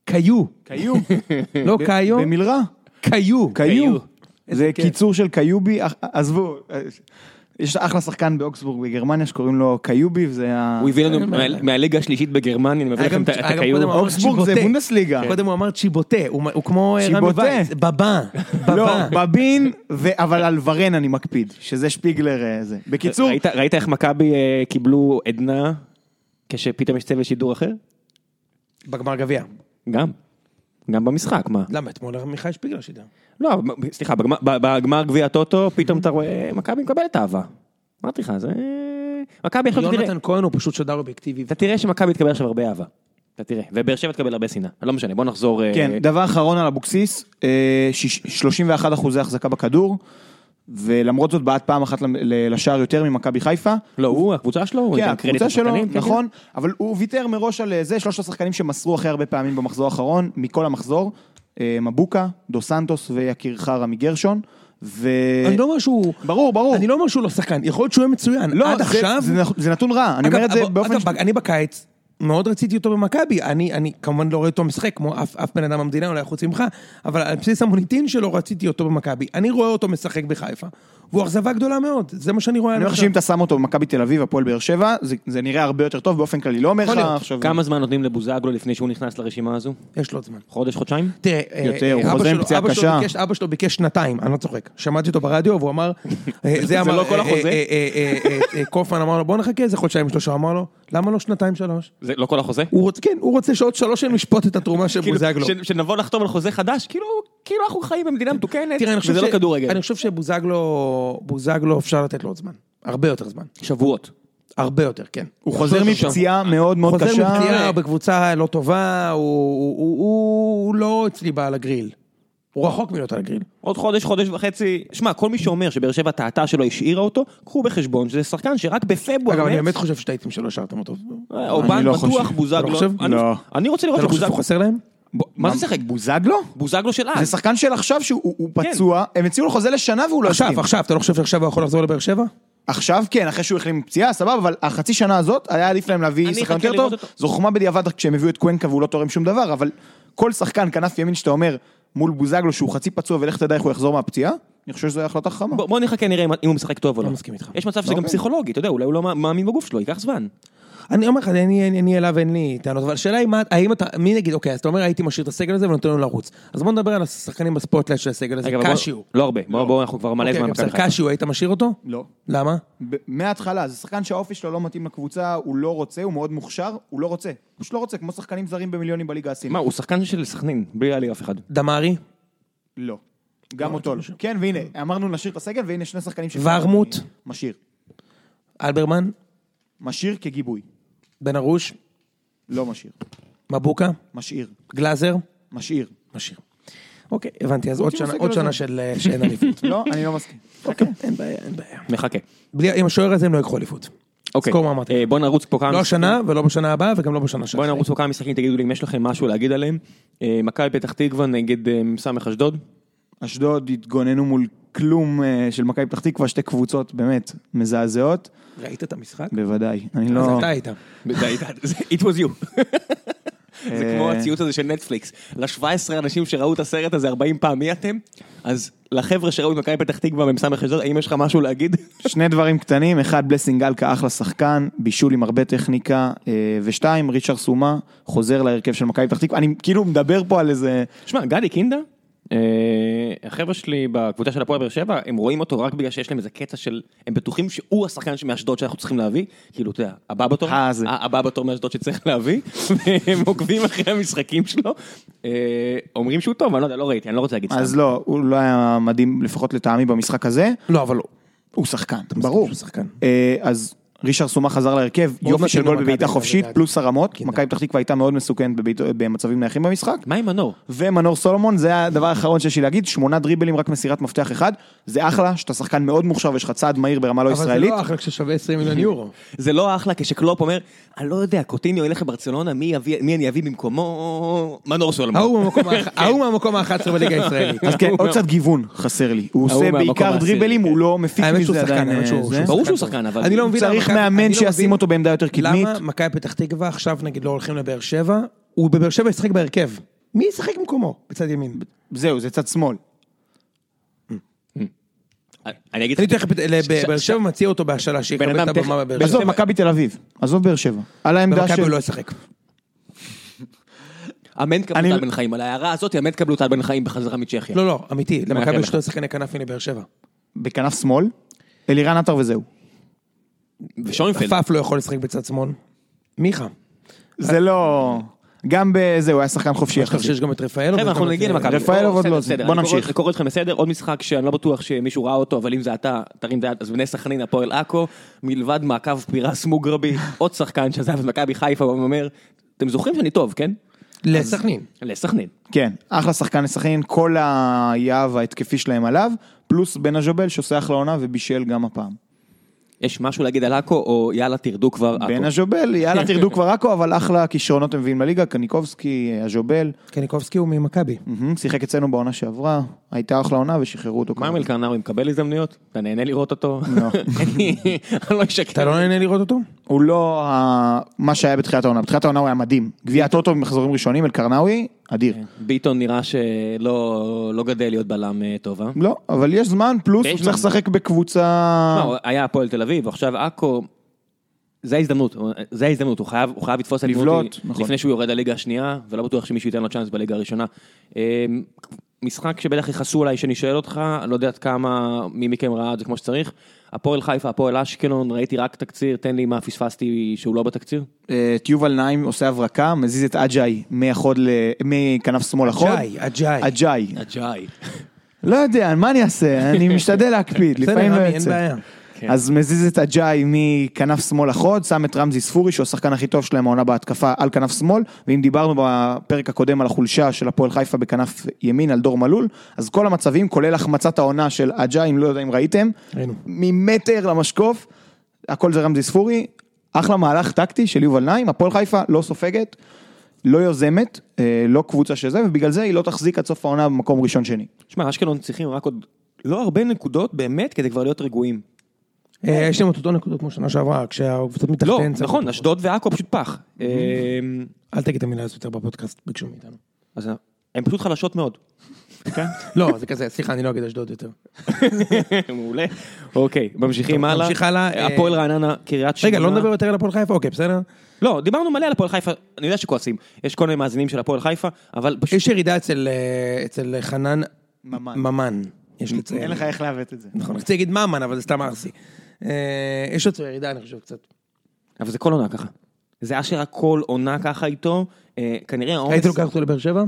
Speaker 3: קיו.
Speaker 2: כיוב. [laughs]
Speaker 1: כן,
Speaker 3: לא קאיו,
Speaker 2: במלרע.
Speaker 3: קיו.
Speaker 2: קיוב.
Speaker 3: איזה
Speaker 2: זה
Speaker 3: כיף.
Speaker 2: קיצור של קיובי, אח- עזבו, אה, יש אחלה שחקן באוגסבורג בגרמניה שקוראים לו קיובי, וזה ה...
Speaker 1: הוא הביא לנו מה- מהליגה השלישית בגרמניה, אני מביא
Speaker 3: היה
Speaker 1: לכם
Speaker 3: גם-
Speaker 1: את ה- את
Speaker 3: היה גם
Speaker 1: הקיום.
Speaker 3: קודם אמר
Speaker 2: אוגסבורג זה
Speaker 3: צ'יבוטה. כן.
Speaker 2: בונדסליגה.
Speaker 3: קודם הוא אמר צ'יבוטה, הוא הוא כמו אה, רמי
Speaker 2: צ'יבוטה.
Speaker 3: וייס,
Speaker 2: [laughs]
Speaker 3: בבא,
Speaker 2: לא,
Speaker 3: בבא.
Speaker 2: בבין, ו- אבל על ורן אני מקפיד, שזה שפיגלר אה, זה. בקיצור,
Speaker 1: ראית- ראית איך מכבי אה, קיבלו עדנה כשפתאום יש צוות שידור אחר?
Speaker 3: בגמר גביע.
Speaker 1: גם. גם במשחק, מה?
Speaker 3: למה? אתמול מיכאל שפיגלר שידר.
Speaker 1: לא, אבל- סליחה, בגמר- בגמר גביע הטוטו, פתאום אתה רואה, מכבי מקבלת אהבה. אמרתי לך, זה... מכבי עכשיו תראה,
Speaker 3: יונתן כהן הוא פשוט שדר אובייקטיבי.
Speaker 1: אתה תראה שמכבי תקבל עכשיו הרבה אהבה. אתה תראה. ובאר שבע תקבל הרבה שנאה. לא משנה, בוא נחזור... אה,
Speaker 2: כן, דבר אחרון על אבוקסיס, אה, שיש- 31 אחוזי החזקה בכדור, ולמרות זאת בעט פעם אחת ל- ל- לשער יותר ממכבי חיפה.
Speaker 1: לא, הוא, הקבוצה שלו, הוא
Speaker 2: כן,
Speaker 1: ייתן קרדיט
Speaker 2: הקבוצה שלו,
Speaker 1: לשחקנים, כן,
Speaker 2: נכון, אבל הוא ויתר מראש על אה, זה, שלושת השחקנים שמסרו הכי הרבה פעמים במחזור האחרון, מכל המחזור, אה, מבוקה, דו סנטוס ויקיר חרא מגרשון, ו...
Speaker 3: אני לא אומר שהוא...
Speaker 2: ברור, ברור.
Speaker 3: אני לא אומר שהוא לא שחקן, יכול להיות שהוא יהיה מצוין.
Speaker 2: לא,
Speaker 3: עד
Speaker 2: זה-
Speaker 3: עכשיו...
Speaker 2: זה נכ- זה נתון רע, אני אומר את זה
Speaker 3: אגב,
Speaker 2: באופן...
Speaker 3: אגב, אני בקיץ מאוד רציתי אותו במכבי, אני, אני כמובן לא רואה אותו משחק, כמו אף, אף בן אדם במדינה, אולי חוץ ממך, אבל על בסיס המוניטין שלו רציתי אותו במכבי. אני רואה אותו משחק בחיפה, והוא אכזבה גדולה מאוד, זה מה שאני רואה
Speaker 2: אני לא
Speaker 3: עד
Speaker 2: אומר לך
Speaker 3: עכשיו.
Speaker 2: שאם אתה שם אותו במכבי תל אביב, הפועל באר שבע, זה- זה נראה הרבה יותר טוב באופן כללי, לא אומר לך
Speaker 3: יכול להיות.
Speaker 2: עכשיו...
Speaker 1: כמה זמן נותנים לבוזגלו לפני שהוא נכנס לרשימה הזו?
Speaker 3: יש לו עוד זמן.
Speaker 1: חודש, חודשיים?
Speaker 3: תראה, אה,
Speaker 2: יותר,
Speaker 3: אה,
Speaker 2: הוא
Speaker 3: אבא
Speaker 2: חוזר עם
Speaker 3: שלו-
Speaker 2: פציעה
Speaker 3: אבא שלו
Speaker 2: קשה.
Speaker 3: ביקש- אבא שלו ביקש שנתיים, אני לא צוחק. שמעתי אותו ברדיו והוא אמר, אה,
Speaker 1: זה
Speaker 3: אמר,
Speaker 1: לא כל
Speaker 3: אה,
Speaker 1: החוזה?
Speaker 3: אה, אה, אה, אה, אה, קופמן אמר לו, בוא נחכה איזה חודשיים שלושה, אמר לו, למה לא שנתיים שלוש?
Speaker 1: זה לא כל החוזה?
Speaker 3: הוא רוצה, כן, הוא רוצה שעוד שלוש שנים לשפוט את התרומה של
Speaker 1: כאילו,
Speaker 3: בוזגלו.
Speaker 1: ש- שנבוא לחתום על חוזה חדש, כאילו, כאילו אנחנו חיים במדינה מתוקנת,
Speaker 3: תראה, אני חושב
Speaker 1: וזה לא
Speaker 3: ש-
Speaker 1: כדורגל.
Speaker 3: אני חושב שבוזגלו, בוזגלו אפשר לתת לו עוד זמן. הרבה יותר זמן.
Speaker 1: שבועות.
Speaker 3: הרבה יותר, כן.
Speaker 2: הוא חוזר מפציעה מאוד מאוד
Speaker 3: חוזר
Speaker 2: קשה. אה,
Speaker 3: מפציעה בקבוצה לא טובה, הוא- הוא- הוא הוא- הוא לא אצלי בעל הגריל. הוא רחוק מלהיות על הגריל.
Speaker 1: עוד חודש, חודש וחצי, שמע, כל מי שאומר שבאר שבע טעתה שלא השאירה אותו, קחו בחשבון שזה שחקן שרק בפברואר,
Speaker 3: אגב, אני
Speaker 1: מרץ,
Speaker 3: באמת חושב שטעיתם שלא השארתם אותו.
Speaker 1: אה, אובן
Speaker 2: אני לא חושב.
Speaker 1: בטוח,
Speaker 2: אתה
Speaker 1: בוזגלו,
Speaker 3: לא חושב?
Speaker 1: אני-
Speaker 2: לא.
Speaker 1: אני רוצה לראות
Speaker 3: אתה
Speaker 1: את
Speaker 3: לא חושב שהוא
Speaker 1: בוזגלו,
Speaker 3: חסר להם?
Speaker 1: מה זה שיחק?
Speaker 2: בוזגלו?
Speaker 1: בוזגלו של
Speaker 3: אה.
Speaker 2: זה
Speaker 1: אז,
Speaker 2: שחקן של עכשיו שהוא הוא- הוא פצוע, הם הציעו לו חוזה לשנה והוא לא
Speaker 3: כן. עכשיו,
Speaker 2: הסכים.
Speaker 3: עכשיו, אתה לא חושב שעכשיו הוא יכול לחזור לבאר שבע?
Speaker 2: עכשיו כן, אחרי שהוא החלים מפציעה, סבבה, אבל החצי שנה הזאת היה עדיף להם להביא
Speaker 1: אני
Speaker 2: שחקן
Speaker 1: אחכה
Speaker 2: יותר
Speaker 1: לראות
Speaker 2: טוב.
Speaker 1: אותו.
Speaker 2: זו חוכמה בדיעבד כשהם הביאו את קוונקה והוא לא תורם שום דבר, אבל כל שחקן כנף ימין שאתה אומר מול בוזגלו שהוא חצי פצוע ולך תדע איך הוא יחזור מהפציעה, אני חושב שזו החלטה חכמה.
Speaker 1: בוא בוא נחכה נראה אם אם הוא משחק טוב או לא,
Speaker 3: לא מסכים איתך.
Speaker 1: יש מצב שזה גם
Speaker 2: אוקיי.
Speaker 1: פסיכולוגי, אתה יודע, אולי הוא לא מא- מאמין בגוף שלו, ייקח זמן,
Speaker 3: אני אומר לך, אני אני- אני אליו אין לי טענות, אבל השאלה היא מה, האם אתה, מי נגיד, אוקיי, אז אתה אומר הייתי משאיר את הסגל הזה ונותן לו לרוץ. אז בוא נדבר על השחקנים בספוטלייט של הסגל הזה,
Speaker 1: רגע, אבל בוא-
Speaker 3: קשיו.
Speaker 1: לא הרבה, בוא- בוא, אנחנו כבר מלא
Speaker 3: אוקיי,
Speaker 1: זמן
Speaker 3: בסדר,
Speaker 1: במכבי חיפה.
Speaker 3: קשיו, היית משאיר אותו?
Speaker 2: לא.
Speaker 3: למה?
Speaker 2: ב- מההתחלה, זה שחקן שהאופי שלו לא מתאים לקבוצה, הוא לא רוצה, הוא מאוד מוכשר, הוא לא רוצה. הוא פשוט לא רוצה, כמו שחקנים זרים במיליונים בליגה הסינית.
Speaker 1: מה, הוא שחקן של סכנין, בלי להעליב אף אחד,
Speaker 3: דמארי?
Speaker 2: לא. גם אותו לא. כן, והנה, אמרנו נשאיר את הסגל, והנה שני שחקנים ש...
Speaker 3: ורמוט?
Speaker 2: משאיר.
Speaker 3: אלברמן?
Speaker 2: משאיר כגיבוי.
Speaker 3: בן ארוש?
Speaker 2: לא משאיר.
Speaker 3: מבוקה?
Speaker 2: משאיר.
Speaker 3: גלאזר?
Speaker 2: משאיר.
Speaker 3: משאיר. אוקיי, הבנתי, אז עוד שנה-
Speaker 2: הסגל
Speaker 3: עוד
Speaker 2: הזה.
Speaker 3: שנה של אה, שאין
Speaker 2: [laughs]
Speaker 3: אליפות.
Speaker 2: לא, אני לא מסכים.
Speaker 3: אוקיי, אין בעיה, אין בעיה.
Speaker 1: מחכה.
Speaker 3: בלי- עם השוער הזה הם לא יקחו אליפות.
Speaker 1: אוקיי,
Speaker 3: זכור מה אמרתי.
Speaker 1: אה, בוא נרוץ פה כמה...
Speaker 3: לא השנה ולא בשנה הבאה וגם לא בשנה
Speaker 1: בוא
Speaker 3: שאחרי.
Speaker 1: נרוץ פה כמה משחקים, תגידו לי אם יש לכם משהו להגיד עליהם. אה, מכבי פתח תקווה נגד אה, סמך אשדוד.
Speaker 2: אשדוד התגוננו מול כלום אה, של מכבי פתח תקווה, שתי קבוצות באמת מזעזעות.
Speaker 3: ראית את המשחק?
Speaker 2: בוודאי. אני
Speaker 3: אז
Speaker 2: לא...
Speaker 3: אתה היית.
Speaker 1: די, די, זה- it was you. זה
Speaker 2: אה,
Speaker 1: כמו הציוץ הזה של נטפליקס. ל-17 אנשים שראו את הסרט הזה 40 פעם, מי אתם? אז לחבר'ה שראו את מכבי פתח תקווה והם סמך אשדוד, האם יש לך משהו להגיד?
Speaker 2: שני דברים קטנים, אחד בלסינג אלקה אחלה שחקן, בישול עם הרבה טכניקה, אה, ושתיים, ריצ'ר סומה חוזר להרכב של מכבי פתח תקווה, אני כאילו מדבר פה על איזה...
Speaker 1: שמע, גדי קינדה, אה, החבר'ה שלי בקבוצה של הפועל באר שבע, הם רואים אותו רק בגלל שיש להם איזה קטע של, הם בטוחים שהוא השחקן מאשדוד שאנחנו צריכים להביא, כאילו, אתה יודע, הבא בתור,
Speaker 2: אה, זה.
Speaker 1: הבא בתור מאשדוד שצריך להביא, והם [laughs] עוקבים אחרי המשחקים שלו, אה, אומרים שהוא טוב, אני לא יודע, לא ראיתי, אני לא רוצה להגיד
Speaker 2: אז
Speaker 1: סתם.
Speaker 2: לא, הוא לא היה מדהים, לפחות לטעמי במשחק הזה,
Speaker 3: לא, אבל לא.
Speaker 2: הוא שחקן, ברור.
Speaker 3: הוא שחקן.
Speaker 2: אה, אז ריצ'ר סומה חזר להרכב, יופי
Speaker 3: מתאים
Speaker 1: לא
Speaker 2: של גול
Speaker 3: למכבי,
Speaker 2: בבעיטה
Speaker 3: אבל
Speaker 2: חופשית,
Speaker 3: לדעתי.
Speaker 2: פלוס הרמות,
Speaker 1: כן.
Speaker 3: קינדה.
Speaker 2: מכבי פתח תקווה הייתה מאוד מסוכנת בבעיט- במצבים נייחים במשחק.
Speaker 1: מה עם מנור?
Speaker 2: ומנור סולומון, זה הדבר האחרון שיש לי להגיד, שמונה דריבלים, רק מסירת מפתח אחד, זה אחלה, שאתה שחקן מאוד מוכשר ויש לך צעד מהיר ברמה לא
Speaker 3: אבל זה
Speaker 2: ישראלית.
Speaker 3: לא אחלה כששווה 20 מיליון יורו.
Speaker 1: זה לא אחלה כשקלופ אומר, אני לא יודע, קוטיניו ילך לברצלונה, מי, יביא- מי אני אביא במקומו? מנור סולומון.
Speaker 3: ההוא במקום
Speaker 2: [laughs]
Speaker 3: האח- ההוא מהמקום ה-11 בליגה הישראלית.
Speaker 2: כן. אז כן, עוד קצת גיוון חסר לי. הוא
Speaker 1: ההוא
Speaker 2: עושה
Speaker 1: מהמקום
Speaker 2: בעיקר
Speaker 1: העשירי,
Speaker 2: דריבלים,
Speaker 1: כן.
Speaker 2: הוא לא מפיק
Speaker 3: האמת שהוא
Speaker 2: מזה
Speaker 3: שחקן,
Speaker 2: עדיין.
Speaker 3: האמת שהוא-
Speaker 2: אה,
Speaker 3: שהוא
Speaker 2: זה.
Speaker 1: ברור שהוא שחקן, אבל...
Speaker 3: אני לא מבין
Speaker 2: צריך
Speaker 3: למה מכבי-
Speaker 2: מאמן
Speaker 3: אני לא
Speaker 2: שישים
Speaker 3: מבין
Speaker 2: אותו בעמדה יותר קדמית.
Speaker 3: למה מכבי פתח תקווה עכשיו נגיד לא הולכים לבאר שבע, הוא בבאר שבע ישחק בהרכב. מי ישחק במקומו? בצד ימין.
Speaker 2: כן. זהו, זה צד שמאל.
Speaker 1: אני אגיד
Speaker 3: אני
Speaker 1: לך,
Speaker 3: תכף לבאר שבע מציע אותו בהשאלה
Speaker 1: בן
Speaker 3: שיקבל
Speaker 1: אדם
Speaker 3: את
Speaker 1: טכני-
Speaker 3: הבמה בבאר
Speaker 2: עזוב,
Speaker 3: שבע.
Speaker 2: מכבי תל אביב. עזוב באר שבע. על העמדה
Speaker 3: במכבי הוא
Speaker 2: של... כן.
Speaker 3: לא ישחק.
Speaker 1: אמן קבלו
Speaker 2: אני-
Speaker 1: טל בן חיים, על ההערה הזאת, אמן קבלו טל בן חיים בחזרה מצ'כיה.
Speaker 3: לא, לא, אמיתי. למכבי
Speaker 1: מאחל
Speaker 3: יש שני שחקני כנף מבאר שבע.
Speaker 2: בכנף שמאל, אלירן עטר וזהו.
Speaker 1: ושוינפלד.
Speaker 3: פאף לא יכול לשחק בצד שמאל. מיכה.
Speaker 2: זה לא... גם בזה, הוא היה שחקן חופשי
Speaker 3: יש לך
Speaker 2: יחסית.
Speaker 3: שיש גם את אה, רפאל.
Speaker 1: חבר'ה, אנחנו נגיע למכבי.
Speaker 2: רפאלוב עוד
Speaker 1: בסדר,
Speaker 2: לא
Speaker 1: בסדר,
Speaker 2: זה.
Speaker 1: אני
Speaker 2: בוא
Speaker 1: קורא-
Speaker 2: נמשיך.
Speaker 1: אני קורא אתכם לסדר, עוד משחק שאני לא בטוח שמישהו ראה אותו, אבל אם זה אתה, תרים את היד, אז בני סכנין, הפועל עכו, מלבד מעקב פירס מוגרבי, עוד שחקן שעזב את מכבי חיפה, הוא אומר, אתם זוכרים שאני טוב, כן?
Speaker 3: לסכנין.
Speaker 1: לסכנין.
Speaker 2: כן, אחלה שחקן לסכנין, כל היהב ההתקפי שלהם עליו, פלוס בן הז'ובל שעושה אחלה עונה ובישל גם הפעם.
Speaker 1: יש משהו להגיד על עכו, או יאללה, תרדו כבר עכו.
Speaker 2: בן הז'ובל, יאללה תרדו כבר עכו, אבל אחלה כישרונות הם מביאים לליגה, קניקובסקי, הז'ובל,
Speaker 3: קניקובסקי הוא ממכבי.
Speaker 2: מהמם, שיחק אצלנו בעונה שעברה, הייתה אחלה עונה ושחררו אותו.
Speaker 1: מה עם
Speaker 2: כבר.
Speaker 1: אלקרנאווי, מקבל הזדמנויות? אתה נהנה לראות אותו?
Speaker 2: לא.
Speaker 1: [laughs] אני אני לא אשקר.
Speaker 3: אתה לא נהנה לראות אותו?
Speaker 2: הוא לא ה- מה שהיה בתחילת העונה, בתחילת העונה הוא היה מדהים.
Speaker 1: כן.
Speaker 2: גביע הטוטו במחזורים ראשונים, אלקרנאווי, אדיר.
Speaker 1: ביטון נראה שלא לא גדל להיות בלם אה, טוב, אה?
Speaker 2: לא, אבל יש זמן, פלוס
Speaker 1: ויש
Speaker 2: הוא צריך
Speaker 1: זמן.
Speaker 2: לשחק בקבוצה... אה.
Speaker 1: תשמע, הוא לא, היה הפועל תל אביב, עכשיו עכו, זה ההזדמנות, הוא- זה ההזדמנות, הוא חייב, הוא חייב לתפוס את ההזדמנות
Speaker 2: לבלוט,
Speaker 1: היא-
Speaker 2: נכון.
Speaker 1: לפני שהוא יורד לליגה השנייה, ולא בטוח שמישהו ייתן לו צ'אנס בליגה הראשונה. אמ, משחק שבטח יכעסו עליי שאני שואל אותך, אני לא יודע עד כמה מי מכם ראה את זה כמו שצריך. הפועל חיפה, הפועל אשקלון, ראיתי רק תקציר, תן לי מה פספסתי שהוא לא בתקציר.
Speaker 2: אה, את יובל נעים עושה הברקה, מזיז את אג'אי מהחוד ל- מכנף שמאל לחוד.
Speaker 3: אג'אי, אג'אי.
Speaker 2: אג'אי.
Speaker 1: הג'אי.
Speaker 2: לא יודע, מה אני אעשה?
Speaker 3: [laughs]
Speaker 2: אני משתדל להקפיד,
Speaker 3: בסדר,
Speaker 2: לפעמים לא
Speaker 3: רמי, אין
Speaker 2: יוצא.
Speaker 3: בעיה.
Speaker 1: כן.
Speaker 2: אז מזיז את הג'אי מכנף שמאל לחוד, שם את רמזי ספורי, שהוא השחקן הכי טוב שלהם העונה בהתקפה, על כנף שמאל, ואם דיברנו בפרק הקודם על החולשה של הפועל חיפה בכנף ימין, על דור מלול, אז כל המצבים, כולל החמצת העונה של הג'אי, אם לא יודע אם ראיתם,
Speaker 3: ראינו.
Speaker 2: ממטר למשקוף, הכל זה רמזי ספורי, אחלה מהלך טקטי של יובל נעים, הפועל חיפה לא סופגת, לא יוזמת, אה, לא קבוצה שזה, ובגלל זה היא לא תחזיק עד סוף העונה במקום ראשון-שני.
Speaker 1: שמע, אשקלון צריכים רק עוד לא הרבה נקודות באמת כדי כבר להיות רגועים.
Speaker 3: אה, יש להם את אותו נקודות כמו שנה שעברה, כשהקבוצות מתחתן.
Speaker 1: לא,
Speaker 3: שמו
Speaker 1: נכון,
Speaker 3: פחות.
Speaker 1: אשדוד ועכו פשוט פח. אמ,
Speaker 3: אל תגיד את המילה הזאת יותר בפודקאסט, ביקשו מאיתנו.
Speaker 1: אז הן פשוט חלשות מאוד.
Speaker 3: [laughs] לא, זה כזה, סליחה, אני לא אגיד אשדוד יותר.
Speaker 1: מעולה. אוקיי, ממשיכים
Speaker 3: טוב,
Speaker 1: הלאה.
Speaker 3: נמשיך הלאה, אה,
Speaker 1: הפועל רעננה, קריית שמונה.
Speaker 3: רגע, לא נדבר יותר על הפועל חיפה? אוקיי, בסדר.
Speaker 1: לא, דיברנו מלא על הפועל חיפה, אני יודע שכועסים. יש כל מיני מאזינים של הפועל חיפה, אבל פשוט...
Speaker 3: יש ירידה אצל, אה, אצל חנן
Speaker 2: ממן.
Speaker 3: ממן. יש לציין.
Speaker 2: איך לעוות את זה.
Speaker 3: נכון, רציתי להגיד ממן, אבל זה סתם ארסי. אה, יש אצלו ירידה, אני חושב, קצת.
Speaker 1: אבל זה כל עונה ככה. זה אשר הכל עונה ככה איתו, אה, כנראה העומס...
Speaker 3: היית לוקח אותו לבאר שבע?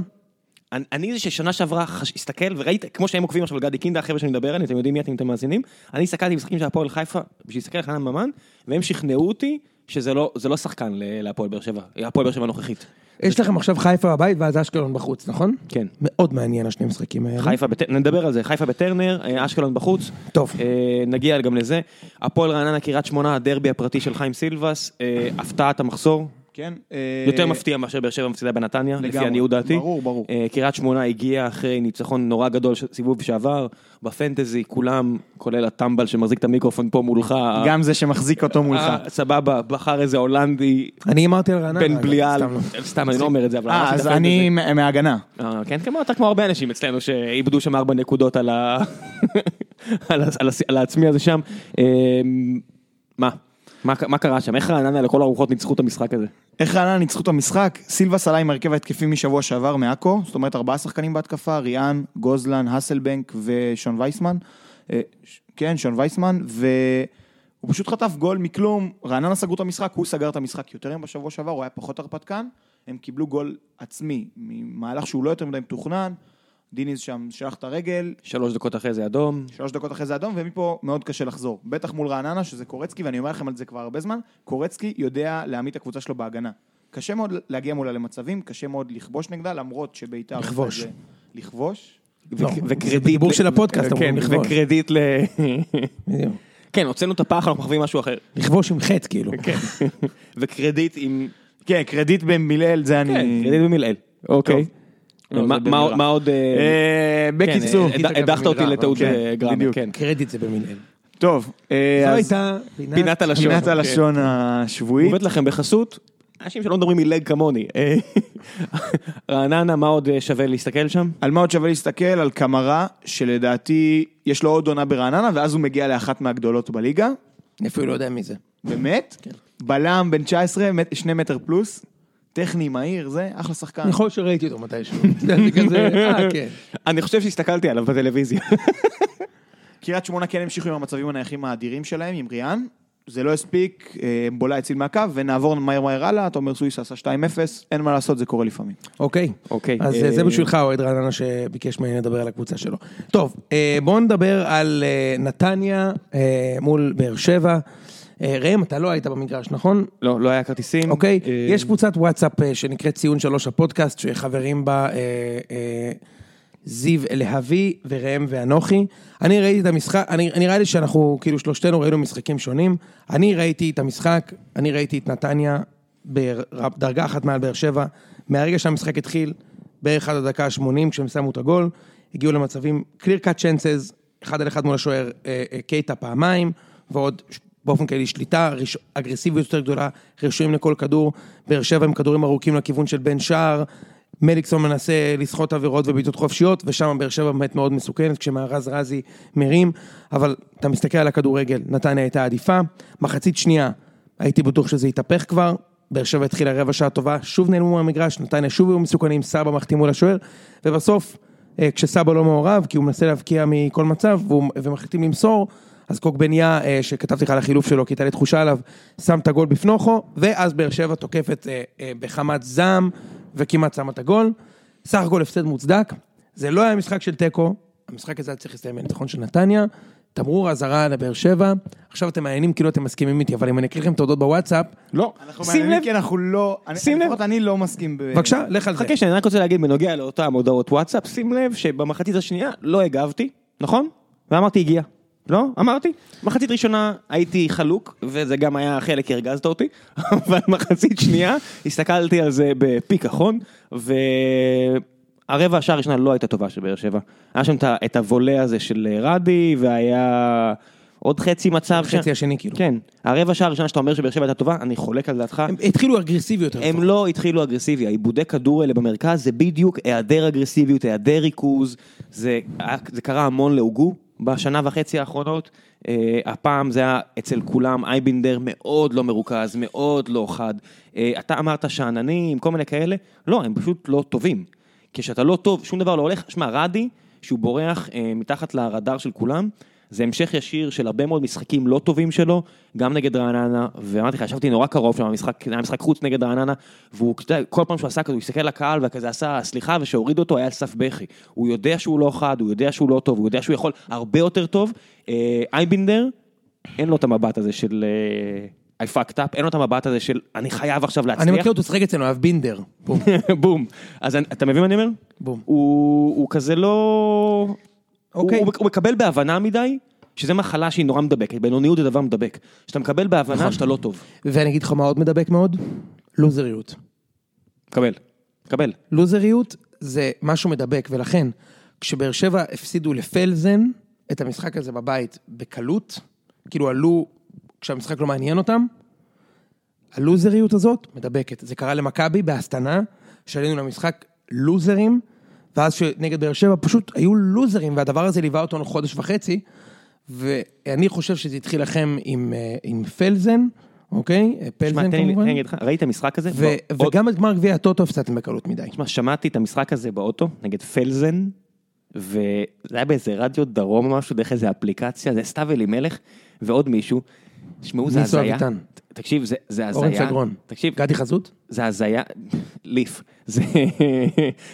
Speaker 1: אני- אני זה ששנה שעברה חש- הסתכל וראית, כמו שהם עוקבים עכשיו על גדי קינדה, החבר'ה שאני מדבר עליהם, אתם יודעים מי אתם, אתם מאזינים, אני הסתכלתי במשחקים של הפועל חיפה בשביל להסתכל על חנן ממן, והם שכנעו אותי שזה לא, זה לא שחקן ל- להפועל באר שבע, הפועל באר שבע הנוכחית.
Speaker 3: יש לכם עכשיו חיפה בבית ואז אשקלון בחוץ, נכון?
Speaker 1: כן.
Speaker 3: מאוד מעניין השני משחקים האלה.
Speaker 1: חיפה, בט... נדבר על זה, חיפה בטרנר, אה, אשקלון בחוץ.
Speaker 3: טוב.
Speaker 1: אה, נגיע גם לזה. הפועל רעננה קריית שמונה, הדרבי הפרטי של חיים סילבס, אה, הפתעת המחסור.
Speaker 2: כן. אה,
Speaker 1: יותר מפתיע מאשר באר שבע מפסידה בנתניה, לפי
Speaker 2: לגמרי,
Speaker 1: עניות דעתי.
Speaker 2: ברור, ברור.
Speaker 1: אה, קריית שמונה הגיעה אחרי ניצחון נורא גדול של סיבוב שעבר, בפנטזי כולם, כולל הטמבל שמחזיק את המיקרופון פה מולך.
Speaker 2: גם זה שמחזיק אותו מולך.
Speaker 1: אה, סבבה, בחר איזה הולנדי,
Speaker 3: אני אמרתי על רעננה.
Speaker 1: בן
Speaker 3: אגב,
Speaker 1: בליעל.
Speaker 3: סתם לא.
Speaker 1: סתם, אני לא אומר את זה, אבל...
Speaker 2: אה,
Speaker 1: אמרתי
Speaker 2: אז
Speaker 1: את הפנטזי.
Speaker 2: אני מה- מההגנה.
Speaker 1: אה, כן, כמו אתה כמו הרבה אנשים אצלנו שאיבדו שם ארבע נקודות על ה... [laughs] על ה- על ה- על העצמי הזה שם. אמ, מה? מה ק- מה קרה שם? איך רעננה לכל הרוחות ניצחו את המשחק הזה?
Speaker 2: איך רעננה ניצחו את המשחק? סילבס עלה עם הרכב ההתקפי משבוע שעבר מעכו, זאת אומרת ארבעה שחקנים בהתקפה, ריאן, גוזלן, האסלבנק ושון וייסמן. אה, ש- כן, שון וייסמן, והוא פשוט חטף גול מכלום, רעננה סגרו את המשחק, הוא סגר את המשחק יותר מהם בשבוע שעבר, הוא היה פחות הרפתקן, הם קיבלו גול עצמי, ממהלך שהוא לא יותר מדי מתוכנן, דיניז שם שלח את הרגל,
Speaker 1: שלוש דקות אחרי זה אדום.
Speaker 2: שלוש דקות אחרי זה אדום, ומפה מאוד קשה לחזור. בטח מול רעננה, שזה קורצקי, ואני אומר לכם על זה כבר הרבה זמן, קורצקי יודע להעמיד את הקבוצה שלו בהגנה. קשה מאוד להגיע מולה למצבים, קשה מאוד לכבוש נגדה, למרות שביתר... עושה את
Speaker 3: לכבוש.
Speaker 2: זה- לכבוש?
Speaker 1: ו-
Speaker 3: לא, זה
Speaker 1: וקרדיט...
Speaker 3: בדיבור
Speaker 1: ל-
Speaker 3: של הפודקאסט,
Speaker 1: כן,
Speaker 3: אמורים לכבוש.
Speaker 1: וקרדיט ל... [laughs]
Speaker 3: בדיוק.
Speaker 1: כן, הוצאנו את הפח, אנחנו מחווים משהו אחר.
Speaker 3: לכבוש עם חטא כאילו.
Speaker 1: כן. וקרדיט עם...
Speaker 2: כן, קרדיט במילל זה
Speaker 1: כן,
Speaker 2: אני...
Speaker 1: קרדיט במילאל. אוקיי.
Speaker 2: לא, זה
Speaker 1: מה-
Speaker 2: במילה.
Speaker 1: מה מה עוד... אה,
Speaker 2: אה,
Speaker 1: כן,
Speaker 2: בקיצור,
Speaker 1: אה, הד- הדחת אותי
Speaker 3: במילה,
Speaker 1: לטעות
Speaker 2: אוקיי.
Speaker 1: אה, גרמר,
Speaker 2: בדיוק.
Speaker 1: כן.
Speaker 3: קרדיט זה במילאל.
Speaker 2: טוב,
Speaker 3: זו
Speaker 2: אה, אז
Speaker 3: הייתה
Speaker 1: פינת הלשון.
Speaker 2: פינת
Speaker 1: אוקיי.
Speaker 2: הלשון השבועית.
Speaker 1: עובד לכם בחסות, אנשים שלא מדברים מלג כמוני. אה, רעננה, מה עוד אה, שווה להסתכל שם?
Speaker 2: על מה עוד שווה להסתכל? על קמרה, שלדעתי יש לו עוד עונה ברעננה, ואז הוא מגיע לאחת מהגדולות בליגה.
Speaker 3: אני אפילו לא יודע מי זה.
Speaker 2: באמת? כן. בלם בן 19, מט- שני מטר פלוס, טכני, מהיר, זה, אחלה שחקן.
Speaker 3: יכול להיות שראיתי אותו [laughs] מתישהו. זה כזה, אה, כן.
Speaker 1: אני חושב שהסתכלתי עליו בטלוויזיה.
Speaker 2: קריית שמונה כן המשיכו עם המצבים הנייחים האדירים שלהם, עם ריאן. זה לא הספיק, אה, בולה הציל מהקו, ונעבור מהר מהר הלאה, תומר סויסה עשה 2-0, אין מה לעשות, זה קורה לפעמים.
Speaker 3: אוקיי.
Speaker 1: אוקיי,
Speaker 3: אז
Speaker 1: אה,
Speaker 3: אה, זה בשבילך, אוהד רעננה שביקש ממני לדבר על הקבוצה שלו. טוב, אה, בואו נדבר על אה, נתניה אה, מול באר שבע. אה, ראם, אתה לא היית במגרש, נכון?
Speaker 1: לא, לא היה כרטיסים.
Speaker 3: אוקיי?
Speaker 1: אה,
Speaker 3: יש קבוצת וואטסאפ אה, שנקראת ציון שלוש הפודקאסט, שחברים בה אה, אה, זיו להבי וראם ואנוכי. אני ראיתי את המשחק, אני, אני נראה לי שאנחנו, כאילו שלושתנו ראינו משחקים שונים. אני ראיתי את המשחק, אני ראיתי את נתניה בדרגה אחת מעל באר שבע. מהרגע שהמשחק התחיל, בערך עד הדקה ה-80, כשהם שמו את הגול, הגיעו למצבים clear cut chances, אחד על אחד מול השוער אה, אה, קייטה פעמיים, ועוד ש- באופן כללי שליטה, ריש- אגרסיביות יותר גדולה, רישויים לכל כדור, באר שבע עם כדורים ארוכים לכיוון של בן שער, מליקסון מנסה לסחוט עבירות ובעיטות חופשיות, ושם באר שבע באמת מאוד מסוכנת, כשמארז רזי מרים, אבל אתה מסתכל על הכדורגל, נתניה הייתה עדיפה, מחצית שנייה, הייתי בטוח שזה יתהפך כבר, באר שבע התחילה רבע שעה טובה, שוב נעלמו מהמגרש, נתניה שוב היו מסוכנים, סבא מחטיא מול השוער, ובסוף, אה, כשסבא לא מעורב, כי הוא מנסה להבקיע מכל מצב, והוא- ומחליטים למסור, אז קוק בניה, אה, שכתבתי לך על החילוף שלו, כי הייתה לי תחושה עליו, שם את הגול בפנוכו, ואז באר שבע תוקפת אה, אה, בחמת זעם, וכמעט שמה את הגול. סך הכל הפסד מוצדק, זה לא היה משחק של תיקו, המשחק הזה היה צריך להסתיים בניצחון של נתניה, תמרור אזהרה לבאר שבע, עכשיו אתם מעניינים כאילו אתם מסכימים איתי, אבל אם אני אקריא לכם תודות בוואטסאפ,
Speaker 1: לא.
Speaker 2: אנחנו
Speaker 1: שים לב,
Speaker 2: מעניינים כי אנחנו לא... אני-
Speaker 1: שים לב.
Speaker 2: לפחות אני לא מסכים ב...
Speaker 3: בבקשה, לך על זה.
Speaker 1: חכה שאני רק רוצה להגיד בנוגע לאותן הודעות וואטסאפ, שים לב שבמחצית השנייה לא הגבתי, נכון? ואמרתי הגיע. לא? אמרתי. מחצית ראשונה הייתי חלוק, וזה גם היה חלק כי הרגזת אותי, [laughs] אבל מחצית שנייה הסתכלתי על זה בפיק החון, והרבע השעה הראשונה לא הייתה טובה של באר שבע. היה שם את ה- את הוולה הזה של רדי, והיה עוד חצי מצב
Speaker 3: חצי השני, כאילו.
Speaker 1: כן. הרבע שעה הראשונה שאתה אומר שבאר שבע הייתה טובה, אני חולק על דעתך.
Speaker 3: הם התחילו אגרסיבי יותר.
Speaker 1: הם לא התחילו אגרסיבי, העיבודי כדור האלה במרכז זה בדיוק היעדר אגרסיביות, היעדר ריכוז, זה, זה קרה המון להוגו בשנה וחצי האחרונות, אה, הפעם זה היה אצל כולם, אייבינדר מאוד לא מרוכז, מאוד לא חד, אה, אתה אמרת שאננים, כל מיני כאלה, לא, הם פשוט לא טובים. כשאתה לא טוב, שום דבר לא הולך, שמע, רדי, שהוא בורח אה, מתחת לרדאר של כולם, זה המשך ישיר של הרבה מאוד משחקים לא טובים שלו, גם נגד רעננה, ואמרתי לך, ישבתי נורא קרוב שם, המשחק, היה משחק חוץ נגד רעננה, והוא, אתה יודע, כל פעם שהוא עשה כזה, הוא הסתכל לקהל וכזה עשה סליחה, ושהוריד אותו היה על סף בכי. הוא יודע שהוא לא חד, הוא יודע שהוא לא טוב, הוא יודע שהוא יכול הרבה יותר טוב. אה, אייבינדר, אין לו את המבט הזה של... אה, I fucked up, אין לו את המבט הזה של אני חייב עכשיו להצליח.
Speaker 3: אני מכיר אותו שחק אצלנו, אהב בינדר.
Speaker 1: [laughs]
Speaker 3: בום.
Speaker 1: בום. אז אני- אתה מבין מה אני אומר?
Speaker 3: בום.
Speaker 1: הוא הוא כזה לא...
Speaker 3: אוקיי.
Speaker 1: הוא- הוא מקבל בהבנה מדי, שזה מחלה שהיא נורא מדבקת, בינוניות זה דבר מדבק. שאתה מקבל
Speaker 3: נכון.
Speaker 1: בהבנה שאתה לא טוב.
Speaker 3: ואני אגיד לך מה עוד מדבק מאוד? לוזריות.
Speaker 1: קבל. קבל.
Speaker 3: לוזריות זה משהו מדבק, ולכן, כשבאר שבע הפסידו לפלזן את המשחק הזה בבית בקלות, כאילו עלו כשהמשחק לא מעניין אותם, הלוזריות הזאת מדבקת. זה קרה למכבי בהסתנה, שעלינו למשחק לוזרים, ואז נגד באר שבע פשוט היו לוזרים, והדבר הזה ליווה אותנו חודש וחצי, ואני חושב שזה התחיל לכם עם, אה, עם פלזן, אוקיי?
Speaker 1: שמע,
Speaker 3: פלזן
Speaker 1: תן לי- תן
Speaker 3: כמובן.
Speaker 1: לי להגיד לך, ראית משחק כזה?
Speaker 3: ו-
Speaker 1: בוא-
Speaker 3: וגם את גמר גביע הטוטו הפסדתם בקלות מדי.
Speaker 1: תשמע, שמעתי את המשחק הזה באוטו, נגד פלזן, וזה היה באיזה רדיו דרום או משהו, דרך איזה אפליקציה, זה סתיו אלימלך ועוד מישהו. תשמעו, זה
Speaker 3: ניסו
Speaker 1: הזיה.
Speaker 3: אביטן.
Speaker 1: ת- תקשיב, זה- זה הזיה.
Speaker 3: אורן סגרון.
Speaker 1: תקשיב,
Speaker 3: גדי חזות?
Speaker 1: זה הזיה, ליף, זה,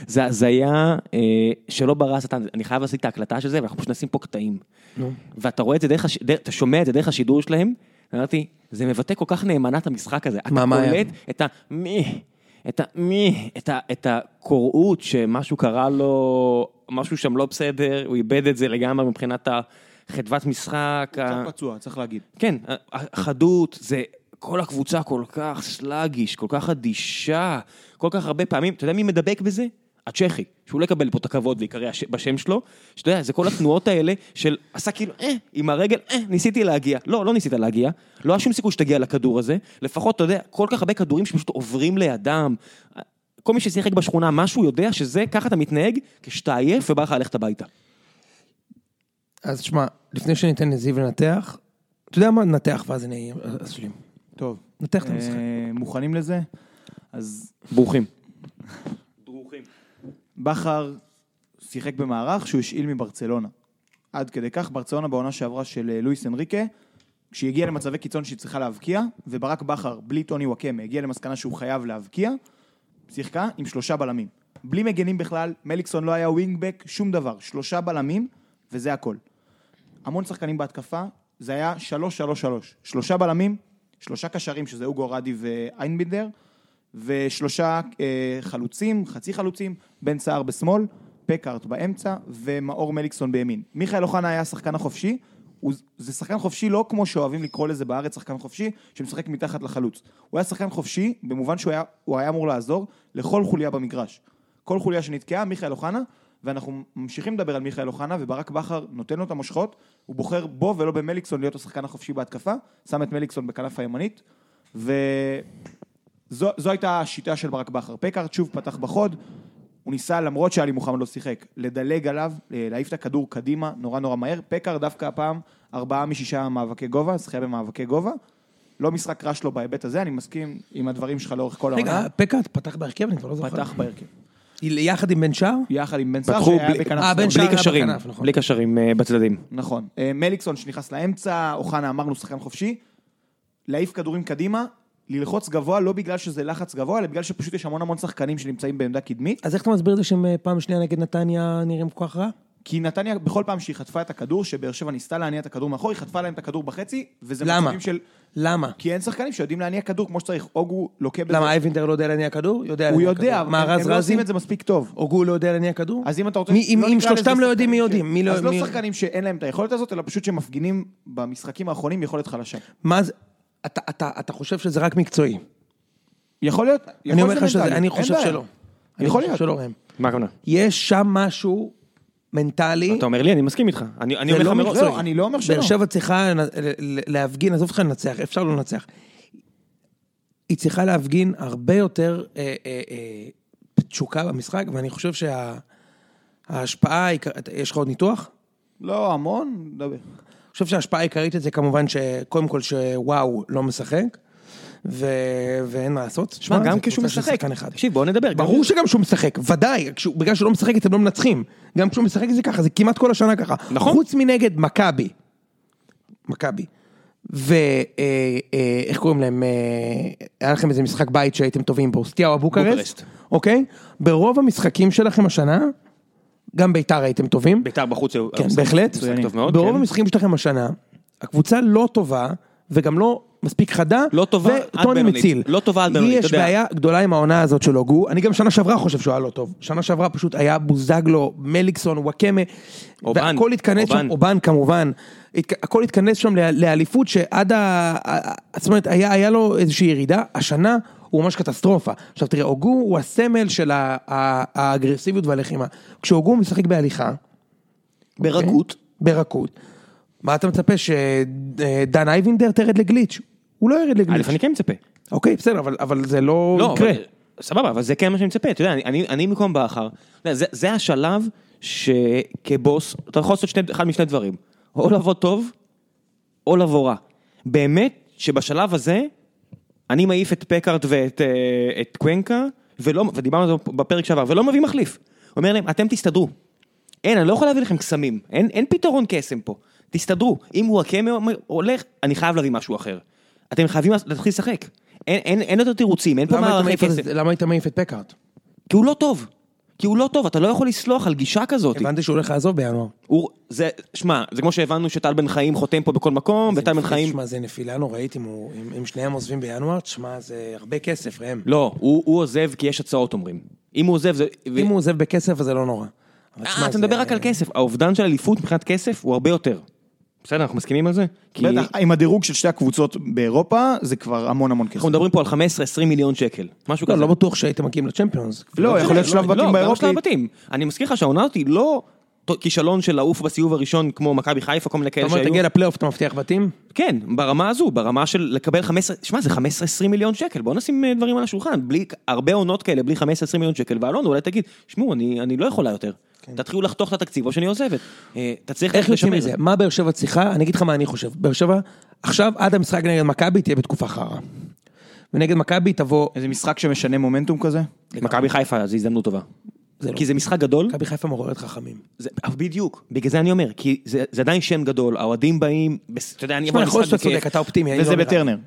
Speaker 1: זה הזיה אה, שלא ברא השטן, אני חייב להשיג את ההקלטה של זה, ואנחנו פשוט נשים פה קטעים.
Speaker 3: נו.
Speaker 1: ואתה רואה את זה דרך, הש... דרך, אתה שומע את זה דרך השידור שלהם, אמרתי, זה מבטא כל כך נאמנה את המשחק הזה.
Speaker 3: מה, מה
Speaker 1: אתה
Speaker 3: היה?
Speaker 1: קולט את המי, את המי, את, ה... את הקוראות שמשהו קרה לו, משהו שם לא בסדר, הוא איבד את זה לגמרי מבחינת החדוות משחק. ה-
Speaker 2: קצת פצוע, צריך להגיד.
Speaker 1: כן, החדות, זה כל הקבוצה כל כך סלאגיש, כל כך אדישה, כל כך הרבה פעמים, אתה יודע מי מדבק בזה? הצ'כי, שהוא לא יקבל פה את הכבוד ויקרא הש- בשם שלו, שאתה יודע, זה כל התנועות האלה של עשה כאילו, אה, עם הרגל, אה, ניסיתי להגיע. לא, לא ניסית להגיע, לא היה שום סיכוי שתגיע לכדור הזה, לפחות, אתה יודע, כל כך הרבה כדורים שפשוט עוברים לידם. כל מי ששיחק בשכונה, משהו יודע שזה, ככה אתה מתנהג, כשאתה עייף ובא לך ללכת הביתה.
Speaker 3: אז שמע, לפני שניתן לזיו לנתח, אתה יודע מה? נתח ואז אני אשלים.
Speaker 2: טוב.
Speaker 3: נתח את המשחק.
Speaker 2: אה, מוכנים לזה? אז
Speaker 1: ברוכים.
Speaker 2: בכר שיחק במערך שהוא השאיל מברצלונה. עד כדי כך, ברצלונה בעונה שעברה של אה, לואיס אנריקה, כשהיא הגיעה למצבי קיצון שהיא צריכה להבקיע, וברק בכר, בלי טוני וואקמה, הגיע למסקנה שהוא חייב להבקיע, שיחקה עם שלושה בלמים. בלי מגנים בכלל, מליקסון לא היה ווינגבק, שום דבר. שלושה בלמים, וזה הכל. המון שחקנים בהתקפה, זה היה 3-3-3. שלושה בלמים, שלושה קשרים, שזה אוגו ארדי ואיינבינדר, ושלושה אה, חלוצים, חצי חלוצים, בן סער בשמאל, פקארט באמצע, ומאור מליקסון בימין. מיכאל אוחנה היה השחקן החופשי, הוא, זה שחקן חופשי לא כמו שאוהבים לקרוא לזה בארץ, שחקן חופשי שמשחק מתחת לחלוץ. הוא היה שחקן חופשי, במובן שהוא היה, הוא היה אמור לעזור לכל חוליה במגרש. כל חוליה שנתקעה, מיכאל אוחנה, ואנחנו ממשיכים לדבר על מיכאל אוחנה, וברק בכר נותן לו את המושכות, הוא בוחר בו ולא במליקסון להיות השחקן החופשי בהתקפה, שם את מליקסון בכנף הימנית, וזו זו הייתה השיטה של ברק בכר. פקארט שוב פתח בחוד, הוא ניסה, למרות שאלי מוחמד לא שיחק, לדלג עליו, אה, להעיף את הכדור קדימה, נורא נורא מהר. פקארט דווקא הפעם, ארבעה משישה מאבקי גובה, זכייה במאבקי גובה. לא משחק רע שלו בהיבט הזה, אני מסכים עם הדברים שלך לאורך כל העונה.
Speaker 3: רגע, אה, פקארט פתח בהרכב? אני כבר לא זוכר.
Speaker 2: לא, אה? פתח בהרכב.
Speaker 3: יחד עם בן שער?
Speaker 2: יחד עם בן סער
Speaker 1: פתחו
Speaker 2: שהיה
Speaker 1: בלי,
Speaker 2: בכנף שמאל.
Speaker 3: אה, בן
Speaker 1: בלי
Speaker 3: שער היה
Speaker 1: קשרים,
Speaker 3: בכנף, נכון.
Speaker 1: בלי קשרים אה, בצדדים.
Speaker 2: נכון. אה, מליקסון שנכנס לאמצע, אוחנה אמרנו שחקן חופשי, להעיף כדורים קדימה, ללחוץ גבוה לא בגלל שזה לחץ גבוה, אלא בגלל שפשוט יש המון המון שחקנים שנמצאים בעמדה קדמית,
Speaker 3: אז איך אתה מסביר את זה שהם אה, פעם שנייה נגד נתניה נראים כל כך רע?
Speaker 2: כי נתניה בכל פעם שהיא חטפה את הכדור, שבאר שבע ניסתה להניע את הכדור מאחור, היא חטפה להם את הכדור בחצי, וזה
Speaker 3: למה?
Speaker 2: מצבים של...
Speaker 3: למה?
Speaker 2: כי אין שחקנים שיודעים להניע כדור כמו שצריך, אוגו לוקה בזה.
Speaker 3: למה אייבינדר לא יודע להניע כדור? יודע
Speaker 2: הוא
Speaker 3: להניע
Speaker 2: יודע,
Speaker 3: כדור.
Speaker 2: אבל
Speaker 3: מה,
Speaker 2: הם-
Speaker 3: רז
Speaker 2: הם לא
Speaker 3: רזי?
Speaker 2: עושים את זה מספיק טוב.
Speaker 3: הוגו לא יודע להניע כדור?
Speaker 2: אז אם אתה רוצה...
Speaker 3: מי- אם-
Speaker 2: לא
Speaker 3: אם
Speaker 2: נקרא
Speaker 3: שלושתם
Speaker 2: לזה
Speaker 3: לא יודעים, מי
Speaker 2: שחקנים
Speaker 3: יודעים?
Speaker 2: ש-
Speaker 3: מי לא-
Speaker 2: אז לא
Speaker 3: מי-
Speaker 2: שחקנים שאין להם את היכולת הזאת, אלא פשוט שמפגינים במשחקים האחרונים יכולת חלשה.
Speaker 3: מה זה? אתה- אתה אתה חושב שזה רק מקצועי.
Speaker 2: יכול להיות.
Speaker 3: אני
Speaker 2: יכול
Speaker 3: אומר
Speaker 2: להיות
Speaker 3: לך שזה,
Speaker 2: מנטלי,
Speaker 3: אני
Speaker 2: אין
Speaker 3: חושב
Speaker 2: בעיה.
Speaker 3: שלא. אני
Speaker 2: יכול
Speaker 3: חושב
Speaker 2: להיות.
Speaker 3: שלא, ראם.
Speaker 1: מה הכוונה?
Speaker 3: יש שם משהו מנטלי.
Speaker 1: אתה אומר לי, אני מסכים איתך. אני אני
Speaker 3: זה
Speaker 1: אומר לך
Speaker 3: לא
Speaker 1: מראש,
Speaker 3: מקצועי.
Speaker 2: לא, אני לא אומר
Speaker 3: באר
Speaker 2: שלא.
Speaker 3: שבע צריכה לנ- ל- להפגין, עזוב אותך לנצח, אפשר לא לנצח. היא צריכה להפגין הרבה יותר אה, אה, אה, תשוקה במשחק, ואני חושב שההשפעה, יש לך עוד ניתוח?
Speaker 2: לא, המון, דבר.
Speaker 3: אני חושב שההשפעה העיקרית את זה כמובן שקודם כל שוואו לא משחק, ו... ואין מה לעשות.
Speaker 1: שמע,
Speaker 3: זה
Speaker 1: גם
Speaker 3: קבוצה
Speaker 1: כשהוא
Speaker 3: של
Speaker 1: משחק,
Speaker 3: שחקן אחד.
Speaker 1: תקשיב, בוא נדבר.
Speaker 3: ברור
Speaker 1: גם-
Speaker 3: שגם כשהוא משחק, ודאי, כשהוא- בגלל שהוא לא משחק אתם לא מנצחים. גם כשהוא משחק זה ככה, זה כמעט כל השנה ככה.
Speaker 1: נכון.
Speaker 3: חוץ מנגד מכבי. מכבי. ואיך אה, אה, איך קוראים להם? אה, היה לכם איזה משחק בית שהייתם טובים בו, סטיהו אבוקרסט.
Speaker 1: בוקרשט.
Speaker 3: אוקיי? ברוב המשחקים שלכם השנה, גם ביתר הייתם טובים.
Speaker 1: בית"ר בחוץ,
Speaker 3: כן, בהחלט.
Speaker 1: משחק טוב מאוד,
Speaker 3: ברוב
Speaker 1: כן.
Speaker 3: המשחקים שלכם השנה, הקבוצה לא טובה, וגם לא מספיק חדה,
Speaker 1: לא טובה עד
Speaker 3: וטוני
Speaker 1: בינונית.
Speaker 3: מציל.
Speaker 1: לא טובה עד בינונית,
Speaker 3: לי
Speaker 1: אתה
Speaker 3: יש
Speaker 1: יודע.
Speaker 3: בעיה גדולה עם העונה הזאת של הוגו, אני גם שנה שעברה חושב שהוא היה לא טוב. שנה שעברה פשוט היה בוזגלו, מליקסון, וואקמה,
Speaker 1: אובן,
Speaker 3: והכל התכנס
Speaker 1: אובן.
Speaker 3: שם, אובן כמובן, התק- הכל התכנס שם ל- לאליפות שעד ה... ה- ה- זאת אומרת, היה, היה לו איזושהי ירידה, השנה הוא ממש קטסטרופה. עכשיו תראה, הוגו הוא הסמל של ה- ה- האגרסיביות והלחימה. כשהוגו משחק בהליכה,
Speaker 2: ברכות.
Speaker 3: ברכות. מה אתה מצפה, שדן אייבינדר תרד לגליץ'? הוא לא
Speaker 1: א',
Speaker 3: ירד לגליץ'.
Speaker 1: אני כן מצפה.
Speaker 3: אוקיי, בסדר, אבל- אבל זה לא
Speaker 1: לא,
Speaker 3: יקרה.
Speaker 1: אבל- סבבה, אבל זה כן מה שאני מצפה, אתה יודע, אני- אני אני במקום בכר. אתה יודע, זה- זה השלב שכבוס, אתה יכול לעשות שני- אחד משני דברים, או לבוא טוב, או לבוא רע. באמת שבשלב הזה, אני מעיף את פקארט ואת אה, את קוונקה, ולא, ודיברנו על זה בפרק שעבר, ולא מביא מחליף. אומר להם, אתם תסתדרו. אין, אני לא יכול להביא לכם קסמים, אין, אין פתרון קסם פה. תסתדרו, אם הוא הקמא הולך, אני חייב להביא משהו אחר. אתם חייבים להתחיל לשחק. אין, אין, אין יותר תירוצים, אין פה
Speaker 3: למה היית
Speaker 1: מערכי
Speaker 3: מעיף את-
Speaker 1: קסם.
Speaker 3: למה היית מעיף את פקארט?
Speaker 1: כי הוא לא טוב. כי הוא לא טוב, אתה לא יכול לסלוח על גישה כזאת.
Speaker 3: הבנתי שהוא הולך לעזוב בינואר.
Speaker 1: הוא, זה, שמע, זה כמו שהבנו שטל בן חיים חותם פה בכל מקום, וטל בן חיים...
Speaker 3: תשמע, זה נפילה נוראית אם הוא- אם אם שניהם עוזבים בינואר, תשמע, זה הרבה כסף, ראם.
Speaker 1: לא, הוא, הוא עוזב כי יש הצעות אומרים. אם הוא עוזב זה...
Speaker 3: אם הוא עוזב בכסף, אז זה לא נורא. אבל תשמע,
Speaker 1: אה, אתה
Speaker 3: זה- לא,
Speaker 1: מדבר רק על כסף, האובדן של אליפות מבחינת כסף הוא הרבה יותר. בסדר, אנחנו מסכימים על זה? כי
Speaker 2: בטח, עם הדירוג של שתי הקבוצות באירופה, זה כבר המון המון כסף.
Speaker 1: אנחנו מדברים פה על 15-20 מיליון שקל, משהו
Speaker 3: לא,
Speaker 1: כזה.
Speaker 3: לא בטוח שהייתם מגיעים לצ'מפיונס.
Speaker 2: לא, יכול להיות שלב
Speaker 1: לא,
Speaker 2: בתים
Speaker 1: גם שלב
Speaker 2: באירופית.
Speaker 1: בתים. אני מזכיר לך שהעונה הזאת היא לא ת- כישלון של לעוף בסיבוב הראשון כמו מכבי חיפה, כל מיני
Speaker 3: אתה
Speaker 1: כאלה
Speaker 3: אומר,
Speaker 1: שהיו.
Speaker 3: תגיע לפלייאוף, אתה מבטיח בתים?
Speaker 1: כן, ברמה הזו, ברמה של לקבל 15, שמע, זה 15-20 מיליון שקל, בואו נשים אה, דברים על השולחן, בלי, הרבה עונות כאלה, בלי 15-20 מיליון שקל, ואלון אולי תגיד, שמעו, אני, אני לא יכולה יותר, תתחילו לחתוך את התקציב או שאני עוזבת. אה, אתה צריך
Speaker 3: כן. איך יוצאים
Speaker 1: לשמר.
Speaker 3: מזה? מה באר שבע צריכה? אני אגיד לך מה אני חושב. באר שבע, עכשיו, עד המשחק נגד מכבי תהיה בתקופה חרא. ונגד מכבי תבוא...
Speaker 2: איזה משחק שמשנה מומנטום כזה?
Speaker 1: מכבי חיפה, זו הזדמנות טובה.
Speaker 3: זה לא.
Speaker 1: כי זה משחק גדול,
Speaker 3: מכבי חיפה מעוררת חכמים.
Speaker 1: זה, אבל בדיוק, בגלל זה אני אומר, כי זה, זה עדיין שם גדול, האוהדים באים, בס- אתה יודע, אני
Speaker 3: תשמע,
Speaker 1: אבוא
Speaker 3: יכול להיות
Speaker 1: למשחק
Speaker 3: שאתה צודק, אתה אופטימי. אני
Speaker 2: וזה
Speaker 3: לא אומר לך.
Speaker 2: בטרנר.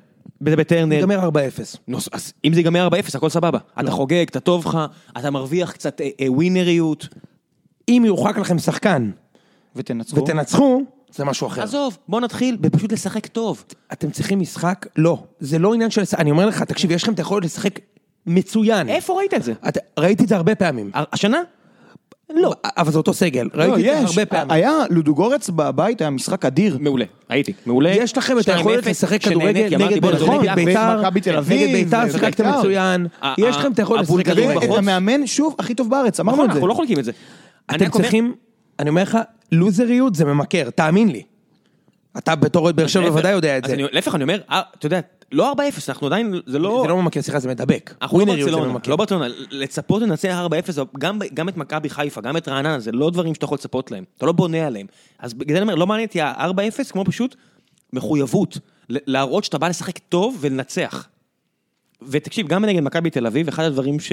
Speaker 1: וזה בטרנר,
Speaker 3: ייגמר 4-0.
Speaker 1: נוס, אז אם זה ייגמר 4-0, הכל סבבה. אתה חוגג, אתה טוב לך, אתה מרוויח קצת אה, אה, ווינריות.
Speaker 3: אם יורחק לכם שחקן
Speaker 2: ותנצחו.
Speaker 3: ותנצחו, זה משהו אחר.
Speaker 1: עזוב, בוא נתחיל בפשוט לשחק טוב.
Speaker 3: אתם צריכים משחק? לא. זה לא עניין של... אני אומר לך, תקשיב, יש לכם את היכולת לשחק מצוין.
Speaker 1: איפה אה, ראית את זה?
Speaker 3: אתה- ראיתי את זה הרבה פעמים.
Speaker 1: השנה?
Speaker 3: לא, אבל זה אותו סגל.
Speaker 2: לא,
Speaker 3: ראיתי את זה
Speaker 2: יש.
Speaker 3: הרבה פעמים.
Speaker 2: היה לודוגורץ בבית, היה משחק אדיר.
Speaker 1: מעולה, הייתי, מעולה.
Speaker 3: יש לכם את היכולת
Speaker 1: 2-0,
Speaker 3: לשחק
Speaker 1: אוקיי? שנהניתי,
Speaker 3: כדורגל
Speaker 1: אמרתי,
Speaker 3: נגד
Speaker 1: בוא נדבר
Speaker 2: נכון,
Speaker 1: ביחד.
Speaker 3: בית"ר,
Speaker 2: ומכבי תל
Speaker 3: נגד
Speaker 2: אביב,
Speaker 3: בית"ר
Speaker 2: ובית"ר.
Speaker 3: שיחקתם מצוין,
Speaker 1: ה-
Speaker 3: יש לכם את
Speaker 1: אה,
Speaker 3: היכולת לשחק
Speaker 1: הבולגרים
Speaker 3: כדורגל.
Speaker 1: בחוץ.
Speaker 2: את המאמן, שוב, הכי טוב בארץ, אמרנו
Speaker 1: נכון,
Speaker 2: את זה.
Speaker 1: אנחנו לא חולקים את זה. אני רק
Speaker 3: אתם
Speaker 1: אומר-
Speaker 3: צריכים, אני אומר לך, לוזריות זה ממכר, תאמין לי. אתה בתור אוהד באר שבע
Speaker 1: להפך,
Speaker 3: בוודאי יודע את
Speaker 1: אז
Speaker 3: זה.
Speaker 1: אני- להפך, אני אומר, אה, אתה יודע, לא 4-0, אנחנו עדיין, זה לא...
Speaker 3: זה לא ממכר, סליחה, זה מדבק.
Speaker 1: אנחנו לא
Speaker 3: ווינריות זה
Speaker 1: ברצלונה,
Speaker 3: ממכר.
Speaker 1: לא ברצלונה, לצפות לנצח 4-0, גם, ב- גם את מכבי חיפה, גם את רעננה, זה לא דברים שאתה יכול לצפות להם, אתה לא בונה עליהם. אז בגלל זה אני אומר, לא מעניין אותי ה-4-0, כמו פשוט מחויבות, ל- להראות שאתה בא לשחק טוב ולנצח. ותקשיב, גם נגד מכבי תל אביב, אחד הדברים ש...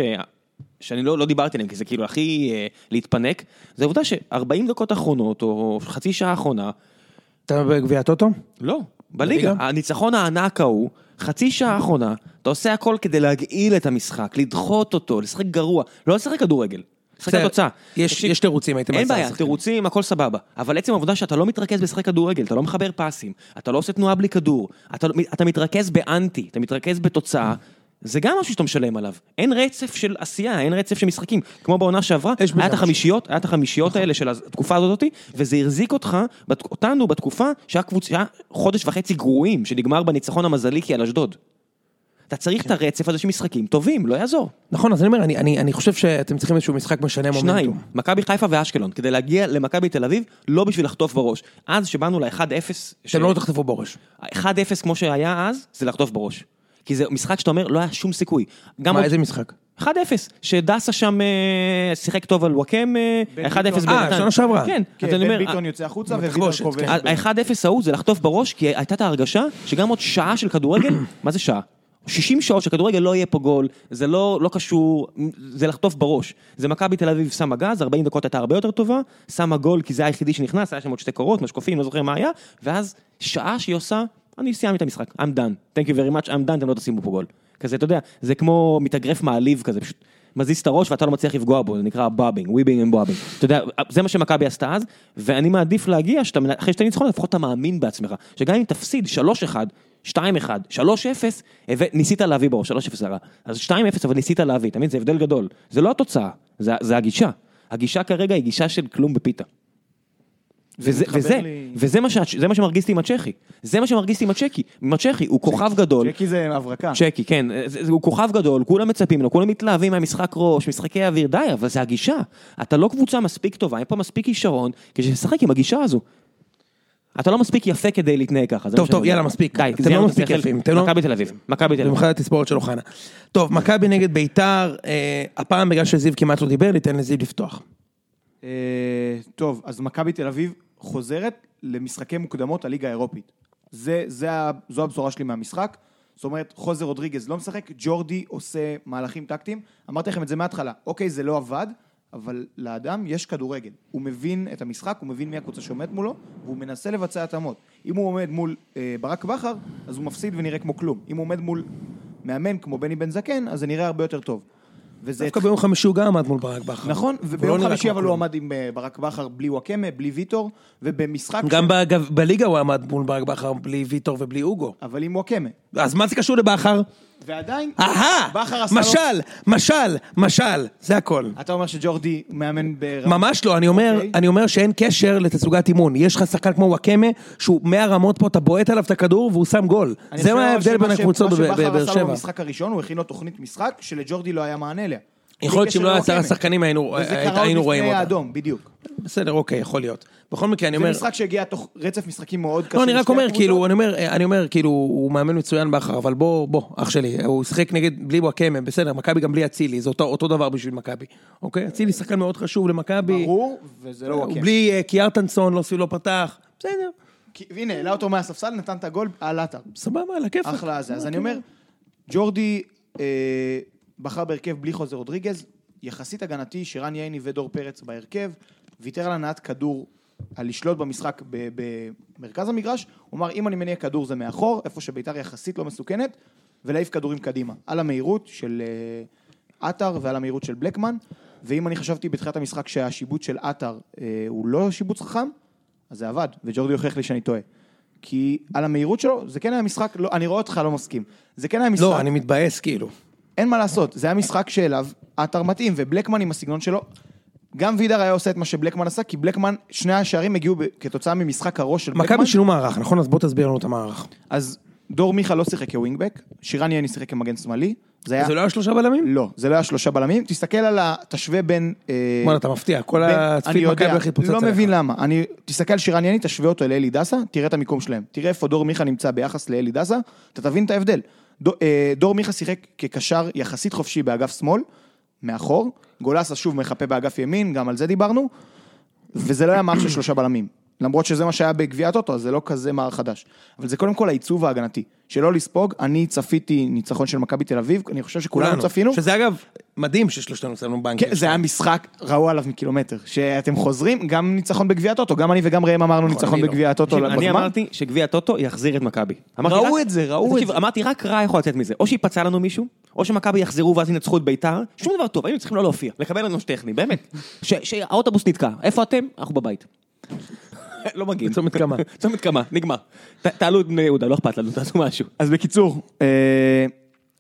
Speaker 1: שאני לא, לא דיברתי עליהם, כי זה כאילו הכי אה, להתפנק, זה העובדה ש-40 דקות אחרונות, או חצי שעה אחרונה,
Speaker 3: אתה בגביע הטוטו?
Speaker 1: לא, בליגה.
Speaker 3: בליגה?
Speaker 1: הניצחון הענק ההוא, חצי שעה האחרונה, אתה עושה הכל כדי להגעיל את המשחק, לדחות אותו, לשחק גרוע, לא לשחק כדורגל. לשחק
Speaker 3: בסדר,
Speaker 1: התוצאה.
Speaker 3: יש-
Speaker 1: תקשיב,
Speaker 3: יש תירוצים, הייתם
Speaker 1: אין
Speaker 3: עשרה
Speaker 1: בעיה,
Speaker 3: שחקנים.
Speaker 1: תירוצים, הכל סבבה. אבל עצם העובדה שאתה לא מתרכז בלשחק כדורגל, אתה לא מחבר פסים, אתה לא עושה תנועה בלי כדור, אתה, לא- אתה מתרכז באנטי, אתה מתרכז בתוצאה, זה גם משהו שאתה משלם עליו. אין רצף של עשייה, אין רצף של משחקים. כמו בעונה שעברה,
Speaker 3: יש נכון. בזה
Speaker 1: היה את
Speaker 3: משהו.
Speaker 1: החמישיות, היה את החמישיות האלה של התקופה הזאת, וזה החזיק אותך, בת- אותנו בתקופה שהיה קבוצ- שהיה חודש וחצי גרועים, שנגמר בניצחון המזליקי על אשדוד. אתה צריך
Speaker 3: כן.
Speaker 1: את הרצף הזה של משחקים טובים, לא יעזור.
Speaker 3: נכון, אז אני אומר, אני- אני אני חושב שאתם צריכים איזשהו משחק משנה מומנטום.
Speaker 1: שניים, מכבי חיפה ואשקלון, כדי להגיע למכבי תל אביב, לא בשביל לחטוף בראש. אז שבאנו ל-1-0, ש-
Speaker 3: אתם לא תחטפו בורש.
Speaker 1: 1-0 כמו שהיה אז, זה לחטוף בראש. כי זה משחק שאתה אומר, לא היה שום סיכוי. גם
Speaker 3: מה,
Speaker 1: עוד-
Speaker 3: איזה משחק?
Speaker 1: 1-0, שדסה שם אה, שיחק טוב על וואקם, אה, 1-0
Speaker 3: אה, שנה שעברה.
Speaker 1: כן,
Speaker 2: כן,
Speaker 1: אז אני
Speaker 2: בן
Speaker 1: אומר,
Speaker 2: ביטון יוצא החוצה ווידר
Speaker 3: תחבושת,
Speaker 2: כובש.
Speaker 3: כן.
Speaker 1: ה-1-0 ההוא זה לחטוף בראש, כי הייתה את ההרגשה שגם עוד שעה של כדורגל, [clears throat] מה זה שעה? 60 שעות של כדורגל לא יהיה פה גול, זה לא, לא קשור, זה לחטוף בראש. זה מכבי תל אביב שמה גז, 40 דקות הייתה הרבה יותר טובה, שמה גול כי זה היחידי שנכנס, היה שם עוד שתי קורות, משקופים, לא זוכר מה היה, ואז שעה שהיא עושה, אני סיימתי את המשחק, I'm done, thank you very much, I'm done, אתם לא תשימו פה גול. כזה, אתה יודע, זה כמו מתאגרף מעליב כזה, פשוט מזיז את הראש ואתה לא מצליח לפגוע בו, זה נקרא בובינג, וויבינג אנד בובינג. אתה יודע, זה מה שמכבי עשתה אז, ואני מעדיף להגיע, שאתה, מנ- אחרי שאתה ניצחון, לפחות אתה מאמין בעצמך, שגם אם תפסיד 3-1, 2-1, 3-0, הבא- ניסית להביא בו, 3-0 זה רע. אז 2-0, אבל ניסית להביא, אתה מבין? זה הבדל גדול. זה לא התוצאה, זה, זה הגישה. הגישה כרגע היא גישה של כלום בפיתה. וזה,
Speaker 2: מתחבר
Speaker 1: וזה,
Speaker 2: לי-
Speaker 1: וזה מה, שה, זה מה שמרגיז אותי עם הצ'כי. זה מה שמרגיז אותי עם הצ'כי. עם הצ'כי, הוא כוכב גדול.
Speaker 2: צ'קי זה הברקה.
Speaker 1: צ'קי, כן, זה, זה, הוא כוכב גדול, כולם מצפים ממנו, כולם מתלהבים מהמשחק ראש, משחקי אוויר, די, אבל זה הגישה. אתה לא קבוצה מספיק טובה, אין פה מספיק כישרון, כדי לשחק עם הגישה הזו. אתה לא מספיק יפה כדי להתנהג ככה. זה
Speaker 3: טוב,
Speaker 1: מה שאני
Speaker 3: טוב,
Speaker 1: אומר.
Speaker 3: יאללה, מספיק.
Speaker 1: די,
Speaker 3: אתם
Speaker 1: זה
Speaker 3: לא
Speaker 1: יאללה,
Speaker 3: מספיק
Speaker 1: תסתכל.
Speaker 3: יפים, אתם לא-
Speaker 1: מכבי תל אביב, מכבי
Speaker 2: כן.
Speaker 1: תל אביב.
Speaker 3: במיוחד התספורת של אוחנה. טוב, מכבי נגד ביתר, אה, הפעם בגלל שזיו כמעט לא דיבר, ניתן לזיו לפתוח.
Speaker 2: אה, טוב, אז מכבי תל אביב חוזרת למשחקי מוקדמות הליגה האירופית. זה, זה, ה- זו הבשורה שלי מהמשחק. זאת אומרת, חוזר רודריגז לא משחק, ג'ורדי עושה מהלכים טקטיים. אמרתי לכם את זה מההתחלה. אוקיי, זה לא עבד, אבל לאדם יש כדורגל. הוא מבין את המשחק, הוא מבין מי הקבוצה שעומדת מולו, והוא מנסה לבצע התאמות. אם הוא עומד מול אה, ברק בכר, אז הוא מפסיד ונראה כמו כלום. אם הוא עומד מול מאמן כמו בני בן זקן, אז זה נראה הרבה יותר טוב. וזה
Speaker 3: דווקא ביום חמישי הוא גם עמד מול ברק בכר.
Speaker 2: נכון,
Speaker 3: הוא לא
Speaker 2: וביום
Speaker 3: נראה
Speaker 2: חמישי
Speaker 3: כמו
Speaker 2: אבל הוא
Speaker 3: כלום.
Speaker 2: עמד עם אה, ברק בכר בלי וואקמה, בלי ויטור, ובמשחק...
Speaker 3: גם
Speaker 2: ש-
Speaker 3: באגב, בליגה הוא עמד מול ברק בכר בלי ויטור ובלי אוגו.
Speaker 2: אבל עם וואקמה.
Speaker 3: אז מה זה קשור לבכר?
Speaker 2: ועדיין...
Speaker 3: אהה!
Speaker 2: בכר עשה לו-
Speaker 3: משל, משל, משל, זה הכל.
Speaker 2: אתה אומר שג'ורדי מאמן ברמה...
Speaker 3: ממש לא, אני אומר,
Speaker 2: אוקיי.
Speaker 3: אני אומר שאין קשר לתצוגת אימון. יש לך שחקן כמו וואקמה, שהוא 100 רמות פה, אתה בועט עליו את הכדור והוא שם גול.
Speaker 2: אני
Speaker 3: זה
Speaker 2: חושב לא
Speaker 3: מה ההבדל
Speaker 2: שמה
Speaker 3: בין
Speaker 2: ש-
Speaker 3: הקבוצות
Speaker 2: מה
Speaker 3: בב-
Speaker 2: שבכר
Speaker 3: בבאר
Speaker 2: עשה לו
Speaker 3: שבע.
Speaker 2: במשחק הראשון, הוא הכין לו תוכנית משחק שלג'ורדי לא היה מענה עליה.
Speaker 3: יכול להיות שאם לא היה שר השחקנים היינו- אה, היינו רואים
Speaker 2: וזה קרה עוד לפני
Speaker 3: אותה.
Speaker 2: האדום, בדיוק.
Speaker 3: בסדר, אוקיי, יכול להיות. בכל מקרה, אני
Speaker 2: זה
Speaker 3: אומר...
Speaker 2: משחק שהגיע תוך רצף משחקים מאוד קשה.
Speaker 3: לא, אני רק
Speaker 2: לשתי
Speaker 3: אומר,
Speaker 2: הקבוצות.
Speaker 3: כאילו, אני אומר, אני אומר, כאילו, הוא מאמן מצוין בכר, אבל בוא, בוא, אח שלי, הוא שיחק נגד, בלי וואקמה, בסדר, מכבי גם בלי אצילי, זה אותו, אותו דבר בשביל מכבי, אוקיי? אצילי שחקן מאוד חשוב למכבי,
Speaker 2: ברור, וזה לא
Speaker 3: הוא
Speaker 2: וואקמה.
Speaker 3: בלי אה, קיארטנסון, לא סביב, לא פתח, בסדר,
Speaker 2: כי- והנה, העלה אותו מהספסל, נתן את הגול על עטר.
Speaker 3: סבבה, על הכיפאק.
Speaker 2: אחלה זה. אז אני אומר, ג'ורדי אה, בחר בהרכב בלי חוזר רודריגז, יחסית הגנתי, שרן ייני ודור פרץ בהרכב, ויתר על הנעת כדור, על לשלוט במשחק ב- במרכז המגרש, הוא אמר, אם אני מניע כדור זה מאחור, איפה שביתר יחסית לא מסוכנת, ולהעיף כדורים קדימה. על המהירות של אה, עטר ועל המהירות של בלקמן, ואם אני חשבתי בתחילת המשחק שהשיבוץ של עטר אה, הוא לא שיבוץ חכם, אז זה עבד, וג'ורדי הוכיח לי שאני טועה. כי על המהירות שלו, זה כן היה משחק, לא, אני רואה אותך לא מסכים. זה כן היה משחק,
Speaker 3: לא, אני מתבאס, כאילו.
Speaker 2: אין מה לעשות, זה היה משחק שאליו עטר מתאים, ובלקמן עם הסגנון שלו, גם וידר היה עושה את מה שבלקמן עשה, כי בלקמן, שני השערים הגיעו ב- כתוצאה ממשחק הראש של בלקמן,
Speaker 3: מכבי שינו מערך, נכון? אז בוא תסביר לנו את המערך.
Speaker 2: אז דור מיכה לא שיחק כווינגבק, שירן יני שיחק כמגן שמאלי, זה היה...
Speaker 3: זה לא היה שלושה בלמים?
Speaker 2: לא, זה לא היה שלושה בלמים, תסתכל על ה... תשווה בין... אה,
Speaker 3: וואלה, אתה מפתיע, כל
Speaker 2: בין-
Speaker 3: הצפיק
Speaker 2: אני
Speaker 3: מכבי
Speaker 2: יודע,
Speaker 3: הולך להתפוצץ
Speaker 2: לא
Speaker 3: עליך.
Speaker 2: מבין למה. אני, תסתכל שרן יני, תשווה אותו לאלי דסה, תראה את המיקום שלהם. תראה איפה דור מיכה נמצא ביחס לאלי דסה, אתה תבין את ההבדל. דו- אה, דור מיכה שיחק כקשר יחסית חופשי באגף שמאל, מאחור. גולסה שוב מחפה באגף ימין, גם על זה דיברנו. וזה לא היה מערך של שלושה בלמים. למרות שזה מה שהיה בגביע הטוטו, אז זה לא כזה מערך חדש. אבל זה קודם כל העיצוב ההגנתי. שלא לספוג, אני צפיתי ניצחון של מכבי תל אביב, אני חושב שכולנו
Speaker 3: כולנו.
Speaker 2: לא צפינו.
Speaker 3: שזה אגב, מדהים ששלושתנו שמנו בנקים.
Speaker 2: כן, זה היה משחק, ראו עליו מקילומטר. שאתם חוזרים, גם ניצחון בגביע הטוטו, גם אני וגם ראם אמרנו ניצחון
Speaker 3: אני לא.
Speaker 2: בגביע הטוטו
Speaker 1: תקשיב, אני
Speaker 2: בזמן.
Speaker 1: אמרתי שגביע הטוטו יחזיר את מכבי. אמרתי
Speaker 2: ראו
Speaker 1: רק-
Speaker 2: את זה, ראו
Speaker 1: תקשיב,
Speaker 2: את זה.
Speaker 1: אמרתי רק רע יכול לצאת מזה, או שייפצע לנו מישהו, או שמכבי יחזרו ואז ינצחו את ביתר, שום דבר טוב, היינו צריכים לא להופיע, לקבל לנו טכני, באמת. ש- שהאוטובוס נתקע, איפה אתם? אנחנו בבית. לא מגיעים. [laughs]
Speaker 3: בצומת קמה.
Speaker 1: צומת קמה, נגמר. ת- תעלו את בני יהודה, לא אכפת לנו, תעשו משהו.
Speaker 2: אז בקיצור, אה,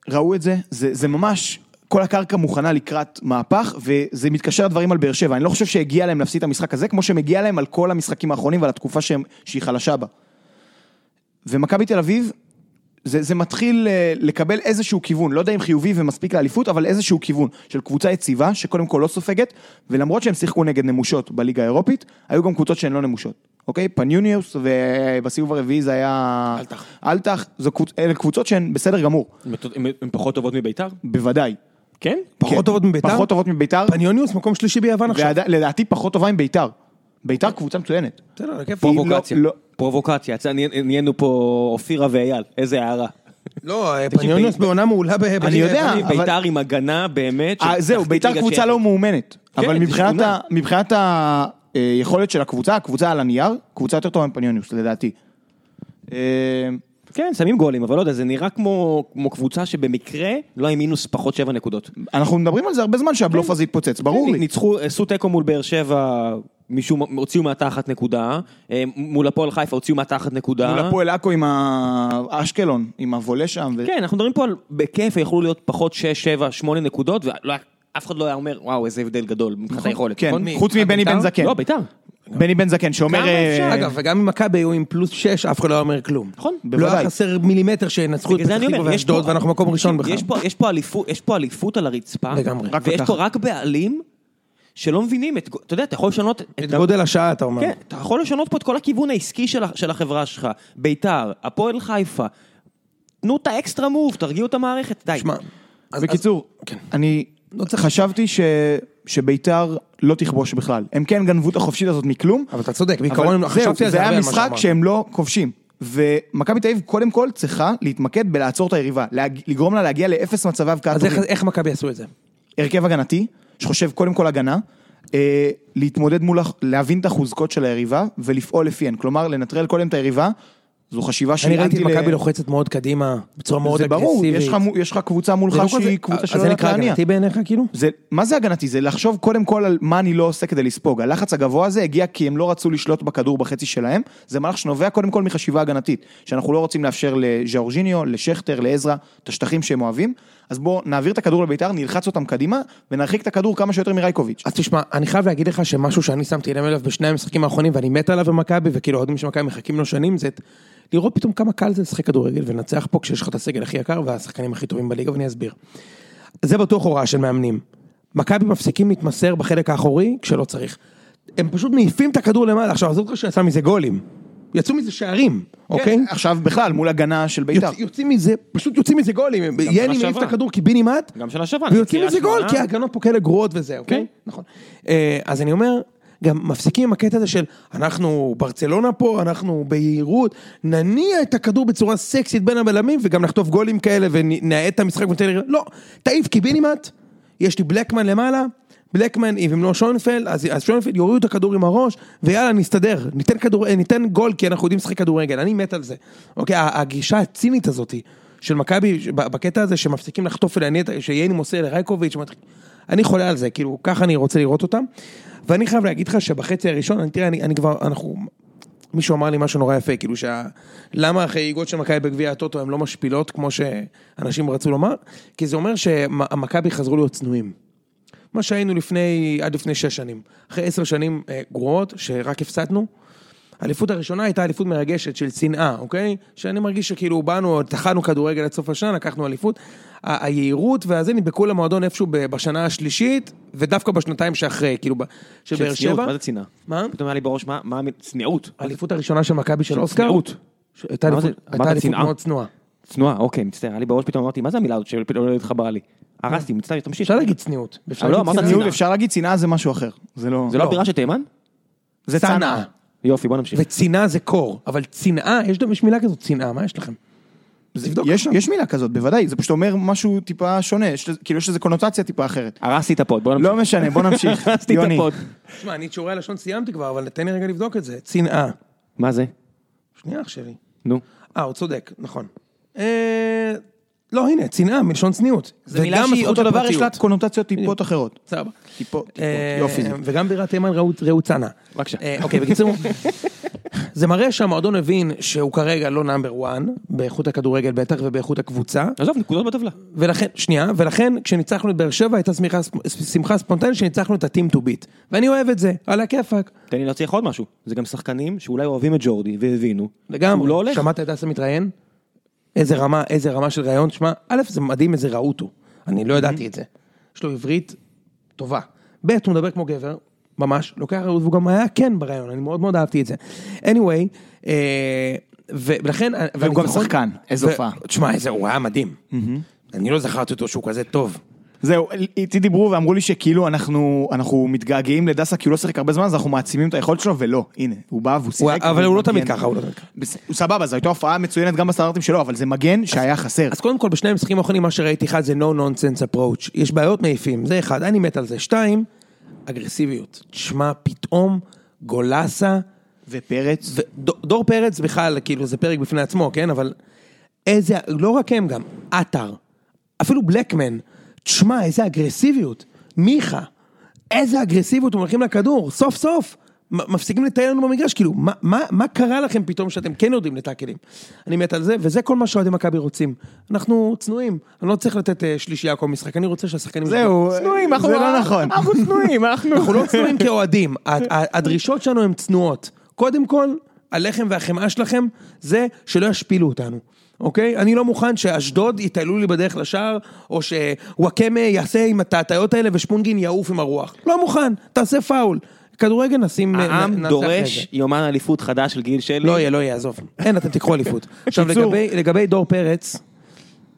Speaker 2: ראו את זה, זה זה ממש, כל הקרקע מוכנה לקראת מהפך, וזה מתקשר לדברים על באר שבע. אני לא חושב שהגיע להם להפסיד את המשחק הזה, כמו שמגיע להם על כל המשחקים האחרונים ועל התקופה שהם- שהיא חלשה בה. ומכבי תל אביב, זה, זה מתחיל אה, לקבל איזשהו כיוון, לא יודע אם חיובי ומספיק לאליפות, אבל איזשהו כיוון של קבוצה יציבה, שקודם כל לא סופגת, ולמרות שהם שיחקו נגד נמושות בליגה האירופית, היו גם קבוצות שהן לא נמושות, אוקיי? פניוניוס, ובסיבוב הרביעי זה היה...
Speaker 3: אלטח.
Speaker 2: אלטח, זו קבוצ... אלה קבוצות שהן בסדר גמור,
Speaker 1: הן פחות טובות מביתר?
Speaker 2: בוודאי.
Speaker 1: כן?
Speaker 3: פחות טובות מביתר?
Speaker 2: פחות טובות מביתר,
Speaker 3: פניוניוס, מקום שלישי ביוון עכשיו. כן.
Speaker 2: ועדי- לדעתי פחות טובה עם ביתר. ביתר קבוצה מצוינת.
Speaker 3: בסדר, על הכיפאק.
Speaker 1: פרובוקציה.
Speaker 2: לא-
Speaker 1: פרובוקציה, יצא- נהיה- נהיינו פה אופירה ואייל, איזה הערה.
Speaker 3: לא, פניוניוס
Speaker 1: ב-
Speaker 3: בעונה מעולה ב...
Speaker 2: אני יודע,
Speaker 1: אני
Speaker 2: אבל-
Speaker 1: ביתר עם הגנה באמת. של
Speaker 2: אה, זהו,
Speaker 1: תחתית
Speaker 2: ביתר
Speaker 1: ליגה
Speaker 2: קבוצה
Speaker 1: צ'כית.
Speaker 2: לא מאומנת.
Speaker 1: כן,
Speaker 2: אבל
Speaker 1: זה
Speaker 2: מבחינת
Speaker 1: שכונה.
Speaker 2: ה- מבחינת היכולת של הקבוצה, הקבוצה על הנייר, קבוצה יותר טובה מפניוניוס, לדעתי. אה,
Speaker 1: כן, שמים גולים, אבל לא יודע, זה נראה כמו, כמו קבוצה שבמקרה לא עם מינוס פחות שבע נקודות.
Speaker 2: כן.
Speaker 1: כן, אה,
Speaker 2: אנחנו מדברים על זה הרבה זמן שהבלוף הזה התפוצץ, ברור לי.
Speaker 1: ניצחו, עשו תיקו מול באר שבע מישהו, מ- הוציאו מהתחת נקודה, אה, מול הפועל חיפה הוציאו מהתחת נקודה.
Speaker 3: אה?
Speaker 2: מול הפועל עכו עם האשקלון, עם הוולה שם. ו-
Speaker 1: כן, אנחנו מדברים פה על בכיף, יכלו להיות פחות 6, 7, 8 נקודות, ואף אחד לא היה אומר, וואו, איזה הבדל גדול מבחינת היכולת,
Speaker 2: כן,
Speaker 1: נכון?
Speaker 3: מי?
Speaker 2: חוץ
Speaker 3: אה,
Speaker 2: מבני
Speaker 3: בית"ר?
Speaker 2: בן זקן.
Speaker 1: לא, ביתר,
Speaker 2: בני בן זקן שאומר...
Speaker 1: כמה
Speaker 2: אה,
Speaker 1: אפשר?
Speaker 3: אגב, וגם אם מכבי היו עם פלוס 6, אף אחד לא היה אומר כלום.
Speaker 1: נכון.
Speaker 3: לא היה
Speaker 2: בוודאי.
Speaker 3: חסר מילימטר שינצחו את
Speaker 1: בגלל זה
Speaker 3: פתח
Speaker 1: אני
Speaker 3: תקווה
Speaker 1: אומר, יש
Speaker 3: ואשדוד,
Speaker 1: פה...
Speaker 3: ואנחנו מקום ראשון בכלל.
Speaker 1: יש פה- יש פה אליפות- יש פה אליפות על הרצפה,
Speaker 3: לגמרי. רק
Speaker 1: ויש
Speaker 2: לקחת.
Speaker 1: פה רק בעלים שלא מבינים את... גו- אתה יודע, אתה יכול לשנות... את
Speaker 3: את גודל השעה, אתה אומר.
Speaker 1: כן, אתה יכול לשנות פה את כל הכיוון העסקי של ה- של החברה שלך. ביתר, הפועל חיפה. תנו את האקסטרה מוב, תרגיעו את המערכת, די.
Speaker 3: שמע, אז-
Speaker 2: בקיצור,
Speaker 3: כן.
Speaker 2: אני
Speaker 3: לא צריך-
Speaker 2: חשבתי ש- שביתר לא תכבוש בכלל. הם כן גנבו את החופשית הזאת מכלום.
Speaker 3: אז- אבל אתה צודק,
Speaker 2: אבל
Speaker 3: בעיקרון
Speaker 2: זהו,
Speaker 3: חשבתי על
Speaker 2: זה
Speaker 3: זה הרבה
Speaker 2: היה
Speaker 3: על מה
Speaker 2: משחק
Speaker 3: שאמרת.
Speaker 2: שהם לא כובשים. ומכבי תל אביב קודם כל צריכה להתמקד בלעצור את היריבה, להג- לגרום לה להגיע לאפס מצבי הבקעה
Speaker 3: אז
Speaker 2: טובים.
Speaker 3: איך- איך מכבי עשו את זה?
Speaker 2: הרכב הגנתי, שחושב קודם כל הגנה, אה, להתמודד מול, הח- להבין את החוזקות של היריבה ולפעול לפיהן. כלומר, לנטרל קודם את היריבה, זו חשיבה שהיא
Speaker 3: אני ראיתי את
Speaker 2: אנטי ל-
Speaker 3: מכבי לוחצת מאוד קדימה, בצורה מאוד
Speaker 2: זה
Speaker 3: אגרסיבית.
Speaker 2: ברור, יש לך מו- יש לך קבוצה מולך
Speaker 3: זה לא כזה-
Speaker 2: שהיא קבוצה
Speaker 3: אז
Speaker 2: שלא
Speaker 3: זה
Speaker 2: יודעת
Speaker 3: נקרא
Speaker 2: להניע.
Speaker 3: הגנתי בעיניך כאילו?
Speaker 2: זה, מה זה הגנתי? זה לחשוב קודם כל על מה אני לא עושה כדי לספוג. הלחץ הגבוה הזה הגיע כי הם לא רצו לשלוט בכדור בחצי שלהם, זה מהלך שנובע קודם כל מחשיבה הגנתית, שאנחנו לא רוצים לאפשר לז'אורג'יניו, לשכטר, לעזרא, את השטחים שהם אוהבים, אז בואו נעביר את הכדור לביתר, נלחץ אותם קדימה, ונרחיק את הכדור כמה שיותר מרייקוביץ'.
Speaker 3: אז תשמע, אני חייב להגיד לך שמשהו שאני שמתי לב אליו בשני המשחקים האחרונים, ואני מת עליו במכבי, וכאילו האוהדים של מכבי מחכים לו שנים, זה את- לראות פתאום כמה קל זה לשחק כדורגל ולנצח פה כשיש לך את הסגל הכי יקר והשחקנים הכי טובים בליגה, ואני אסביר. זה בטוח הוראה של מאמנים. מכבי מפסיקים להתמסר בחלק האחורי כשלא צריך. הם פשוט מעיפים את הכדור למעלה, עכשיו עזוב אותך שיצא מזה גולים. יצאו מזה שערים, אוקיי?
Speaker 2: כן, עכשיו בכלל, מול הגנה של ביתר.
Speaker 3: יוצ- יוצאים מזה, פשוט יוצאים מזה גולים,
Speaker 1: שנה
Speaker 3: יני מעיף את
Speaker 1: שעברה.
Speaker 3: הכדור קיבינימט,
Speaker 1: גם שנה שעברה.
Speaker 3: ויוצאים
Speaker 1: קריית
Speaker 3: מזה גול,
Speaker 1: שמונה.
Speaker 3: כי ההגנות פה כאלה גרועות וזה, אוקיי? נכון. אה, אז אני אומר, גם מפסיקים עם הקטע הזה של אנחנו ברצלונה פה, אנחנו ביהירות, נניע את הכדור בצורה סקסית בין הבלמים, וגם נחטוף גולים כאלה ונעט את המשחק ונתן לראות, לא, תעיף קיבינימט, יש לי בלקמן למעלה. בלקמן, אם לא שוינפלד, אז, אז שוינפלד יורידו את הכדור עם הראש, ויאללה, נסתדר, ניתן, כדור, אה, ניתן גול, כי אנחנו יודעים לשחק כדורגל, אני מת על זה. אוקיי, ה- הגישה הצינית הזאתי, של מכבי, ש- ב- בקטע הזה שמפסיקים לחטוף ולהניע, את- שייני מוסר לרייקוביץ', מת- אני חולה על זה, כאילו, ככה אני רוצה לראות אותם. ואני חייב להגיד לך שבחצי הראשון, אני, תראה, אני, אני כבר, אנחנו... מישהו אמר לי משהו נורא יפה, כאילו, שה... למה החגיגות של מכבי בגביע הטוטו הן לא משפילות, כמו שאנשים רצו לומר? כי זה אומר שמכבי חזרו להיות צנועים. מה שהיינו לפני, עד לפני שש שנים. אחרי עשר שנים אה, גרועות, שרק הפסדנו. האליפות הראשונה הייתה אליפות מרגשת של צנעה, אוקיי? שאני מרגיש שכאילו באנו, טחנו כדורגל עד סוף השנה, לקחנו אליפות. ה- היהירות והזה נדבקו למועדון איפשהו ב- בשנה השלישית, ודווקא בשנתיים שאחרי, כאילו, ב- של
Speaker 1: של
Speaker 3: באר
Speaker 1: צניעות,
Speaker 3: שבע.
Speaker 1: מה זה צנעה?
Speaker 3: מה?
Speaker 1: פתאום היה לי בראש, מה- מה המ- צניעות?
Speaker 3: האליפות הראשונה של מכבי של אוסקר?
Speaker 1: צניעות.
Speaker 3: ש- הייתה
Speaker 1: אמרתי-
Speaker 3: אליפות-
Speaker 1: אמרת
Speaker 3: הייתה אליפות
Speaker 1: צנעה.
Speaker 3: מאוד צנועה.
Speaker 1: צנועה, אוקיי, מצטער, היה לי בראש פתאום אמרתי, מה זה המילה הזאת שפתאום לא התחברה לי? הרסתי, מצטער, תמשיך.
Speaker 3: אה. אפשר להגיד צניעות. אפשר
Speaker 1: אבל לא,
Speaker 3: להגיד
Speaker 1: אמרת
Speaker 3: צניעות.
Speaker 2: ניהול, אפשר להגיד שנאה זה משהו אחר. זה לא...
Speaker 1: זה לא הבירה של תימן?
Speaker 2: זה
Speaker 3: צנעה.
Speaker 2: צנעה.
Speaker 1: יופי, בוא נמשיך.
Speaker 3: וצנעה זה קור, אבל צנעה, יש יש מילה כזאת, צנעה, מה יש לכם? תבדוק
Speaker 2: יש-
Speaker 3: עכשיו.
Speaker 2: יש מילה כזאת, בוודאי, זה פשוט אומר משהו טיפה שונה, יש לזה- כאילו יש לזה קונוטציה טיפה אחרת.
Speaker 1: הרסתי את הפוד, בוא נמשיך.
Speaker 2: לא משנה, בוא [laughs] נמשיך.
Speaker 1: הרסתי את
Speaker 2: יוני.
Speaker 1: הפוד.
Speaker 3: תשמע, אני את שיעורי הלשון סיימתי כבר, אבל תן לי רגע לבדוק את זה. צנעה.
Speaker 1: מה זה?
Speaker 3: שנייה, אח שלי.
Speaker 1: נו.
Speaker 3: אה, הוא צודק, נכון. אה, לא, הנה, צנעה, מלשון צניעות.
Speaker 1: זו מילה
Speaker 3: וגם
Speaker 1: שהיא
Speaker 3: הזכות
Speaker 2: אותו דבר יש
Speaker 3: לפרטיות.
Speaker 2: לה קונוטציות טיפות אחרות.
Speaker 3: סבבה.
Speaker 2: טיפות, טיפות,
Speaker 3: אה,
Speaker 2: יופי זה.
Speaker 3: וגם בירת תימן ראו- ראו צנע.
Speaker 1: בבקשה.
Speaker 3: אה, אוקיי, בקיצור, זה מראה שהמועדון הבין שהוא כרגע לא נאמבר 1, באיכות הכדורגל בטח ובאיכות הקבוצה,
Speaker 1: עזוב, נקודות בטבלה.
Speaker 3: ולכן, שנייה, ולכן כשניצחנו את באר שבע הייתה שמחה- שמחה ספונטנית שניצחנו את ה-team to beat. ואני אוהב את זה, על הכיפאק.
Speaker 1: תן לי להצליח עוד משהו. זה גם שחקנים שאולי אוהבים את ג'ורדי והבינו. שהוא
Speaker 3: לגמרי.
Speaker 1: לא הולך.
Speaker 3: שמעת את אסה מתראיין? איזה רמה, איזה רמה של ראיון, שמע, א', זה מדהים איזה רהוט הוא, אני לא ידעתי את זה. יש לו עברית טובה. ב', הוא מדבר כמו גבר, ממש, לוקח רהוט, והוא גם היה כן בראיון, אני מאוד מאוד אהבתי את זה. anyway, אה, ו- ולכן...
Speaker 2: והוא גם
Speaker 3: והניצחון-
Speaker 2: שחקן, איזו
Speaker 3: ו-
Speaker 2: הופעה.
Speaker 3: תשמע, איזה, הוא היה מדהים. אני לא זכרתי אותו שהוא כזה טוב.
Speaker 2: זהו, איתי דיברו ואמרו לי שכאילו אנחנו אנחנו מתגעגעים לדסה כי הוא לא שיחק הרבה זמן אז אנחנו מעצימים את היכולת שלו ולא, הנה, הוא בא והוא
Speaker 3: הוא-
Speaker 2: שיחק.
Speaker 3: אבל הוא לא
Speaker 2: מגן.
Speaker 3: תמיד ככה, הוא לא תמיד ככה.
Speaker 2: בס- הוא סבבה, זו הייתה הופעה מצוינת גם בסטנדרטים שלו, אבל זה מגן שהיה חסר.
Speaker 3: אז קודם כל בשני המשחקים האחרונים מה שראיתי אחד זה no nonsense approach, יש בעיות מעיפים, זה אחד, אני מת על זה, שתיים, אגרסיביות, תשמע פתאום גולסה,
Speaker 2: ופרץ,
Speaker 3: וד- דור פרץ בכלל כאילו זה פרק בפני עצמו, כן, אבל איזה, לא רק הם גם, עטר, אפילו בלקמן, תשמע איזה אגרסיביות, מיכה, איזה אגרסיביות הם הולכים לכדור, סוף סוף, מ- מפסיקים לטייל לנו במגרש, כאילו, מה, מה, מה קרה לכם פתאום שאתם כן יודעים לטאקלים? אני מת על זה, וזה כל מה שאוהדי מכבי רוצים. אנחנו צנועים, אני לא צריך לתת אה, שלישייה כל משחק, אני רוצה שהשחקנים...
Speaker 2: זהו,
Speaker 1: צנועים, אנחנו...
Speaker 2: זה לא נכון.
Speaker 1: אנחנו צנועים, אנחנו...
Speaker 3: אנחנו לא צנועים כאוהדים, ה- ה- הדרישות שלנו הן צנועות. קודם כל, הלחם והחמאה שלכם זה שלא ישפילו אותנו, אוקיי? אני לא מוכן שאשדוד יטיילו לי בדרך לשער, או שוואקמה יעשה עם הטעטיות האלה ושפונגין יעוף עם הרוח. לא מוכן, תעשה פאול. כדורגל נשים... נ-
Speaker 1: העם
Speaker 3: נעשה אחרי
Speaker 1: דורש
Speaker 3: זה.
Speaker 1: יומן אליפות חדש של גיל שלי.
Speaker 3: לא יהיה, לא יהיה, עזוב. אין, אתם
Speaker 1: [laughs]
Speaker 3: תיקחו אליפות. עכשיו,
Speaker 1: קיצור.
Speaker 3: לגבי- לגבי דור פרץ,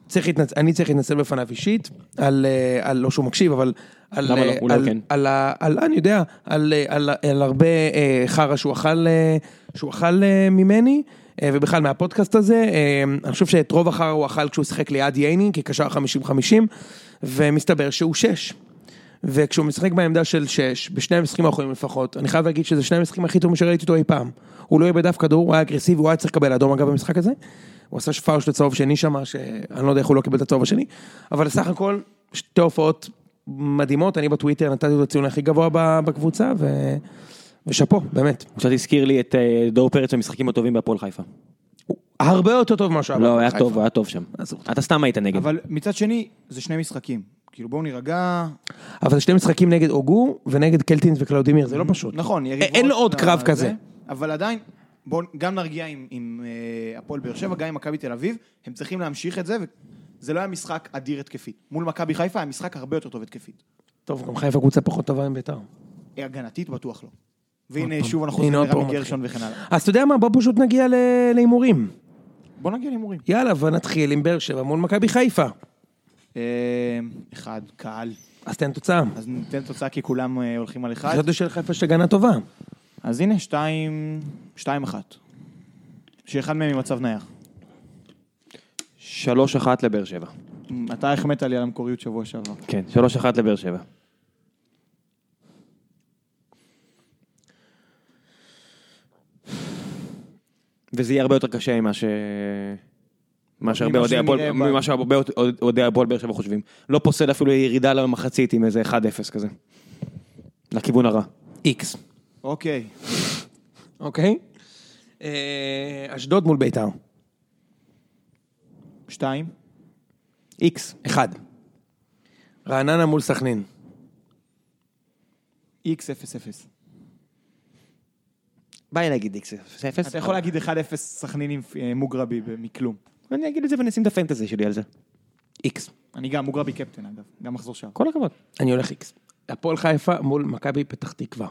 Speaker 3: צריך להתנצ... אני צריך להתנצל בפניו אישית, על, אה, על לא שהוא מקשיב, אבל... על,
Speaker 1: למה לא?
Speaker 3: אה,
Speaker 1: אולי
Speaker 3: על,
Speaker 1: כן.
Speaker 3: על, ה- על, אני יודע, על, אה, על, על הרבה אה, חרא שהוא אכל, אה, שהוא אכל אה, ממני, אה, ובכלל מהפודקאסט הזה, אה, אני חושב שאת רוב החרא הוא אכל כשהוא שיחק ליד ייני, כקשר 50-50, ומסתבר שהוא שש. וכשהוא משחק בעמדה של 6, בשני המשחקים האחרונים לפחות, אני חייב להגיד שזה שני המשחקים הכי טובים שראיתי אותו אי פעם. הוא לא איבד אף כדור, הוא היה אגרסיבי, הוא היה צריך לקבל אדום אגב במשחק הזה. הוא עשה פאול של צהוב שני שם, שאני לא יודע איך הוא לא קיבל את הצהוב השני, אבל סך הכל, שתי הופעות מדהימות, אני בטוויטר נתתי לו את הציון הכי גבוה ב- בקבוצה, ו... ושאפו, באמת.
Speaker 1: עכשיו תזכיר לי את אה, דור פרץ במשחקים הטובים בהפועל חיפה.
Speaker 3: הוא הרבה יותר טוב ממה שהיה.
Speaker 1: לא,
Speaker 3: בהפועל
Speaker 1: היה
Speaker 3: חיפה.
Speaker 1: טוב, היה טוב שם.
Speaker 3: עזוב אותו.
Speaker 1: אתה סתם היית נגד.
Speaker 2: אבל מצד שני, זה שני משחקים. כאילו בואו נירגע.
Speaker 3: אבל שני משחקים נגד אוגו ונגד קלטינס וקלאודימיר, זה לא פשוט.
Speaker 2: נכון, יריבות.
Speaker 3: אין לו עוד
Speaker 2: אה,
Speaker 3: קרב
Speaker 2: זה,
Speaker 3: כזה.
Speaker 2: אבל עדיין, בואו גם נרגיע עם- עם אה, הפועל באר שבע, גם עם מכבי תל אביב, הם צריכים להמשיך את זה, וזה לא היה משחק אדיר התקפית. מול מכבי חיפה היה משחק הרבה יותר טוב התקפית.
Speaker 3: טוב, גם חיפה קבוצה פחות טובה מביתר.
Speaker 2: הגנתית בטוח לא. והנה שוב אנחנו חוזרים
Speaker 3: הנה עוד פעם
Speaker 2: לרמי
Speaker 3: מתחיל.
Speaker 2: גרשון וכן הלאה.
Speaker 3: אז אתה יודע מה, בוא פשוט נגיע ל- להימורים.
Speaker 2: בוא נגיע להימורים.
Speaker 3: יאללה, ונתחיל עם באר שבע מול מכבי חיפה.
Speaker 2: אה, אחד, קהל.
Speaker 3: אז תן תוצאה.
Speaker 2: אז ניתן תוצאה כי כולם אה, הולכים על אחד.
Speaker 3: חשבתי של חיפה יש הגנה טובה.
Speaker 2: אז הנה, שתיים, שתיים אחת. שאחד מהם עם מצב נייח.
Speaker 1: 3-1 לבאר שבע.
Speaker 2: אתה החמאת לי על המקוריות שבוע שעבר.
Speaker 1: כן, 3-1 לבאר שבע. וזה יהיה הרבה יותר קשה ממה ש... מה שהרבה
Speaker 2: ממה
Speaker 1: אוהדי הפועל,
Speaker 2: שנראה ב-
Speaker 1: ממה שהרבה אוהדי הפועל באר שבע חושבים. לא פוסל אפילו ירידה למחצית עם איזה 1-0 כזה. לכיוון הרע.
Speaker 3: איקס.
Speaker 2: אוקיי.
Speaker 3: אוקיי? אה, אשדוד מול ביתר.
Speaker 2: שתיים.
Speaker 1: איקס.
Speaker 3: אחד. רעננה מול סכנין.
Speaker 2: איקס אפס אפס.
Speaker 1: בא לי להגיד איקס 0-0.
Speaker 2: אתה יכול להגיד 1-0 סכנין עם אה, מוגרבי ב- מכלום.
Speaker 1: אני אגיד את זה ונשים את הפנטזי שלי על זה.
Speaker 3: איקס.
Speaker 2: אני גם, מוגרבי קפטן אגב, גם מחזור שער.
Speaker 1: כל הכבוד.
Speaker 3: אני הולך איקס. הפועל חיפה מול מכבי פתח תקווה.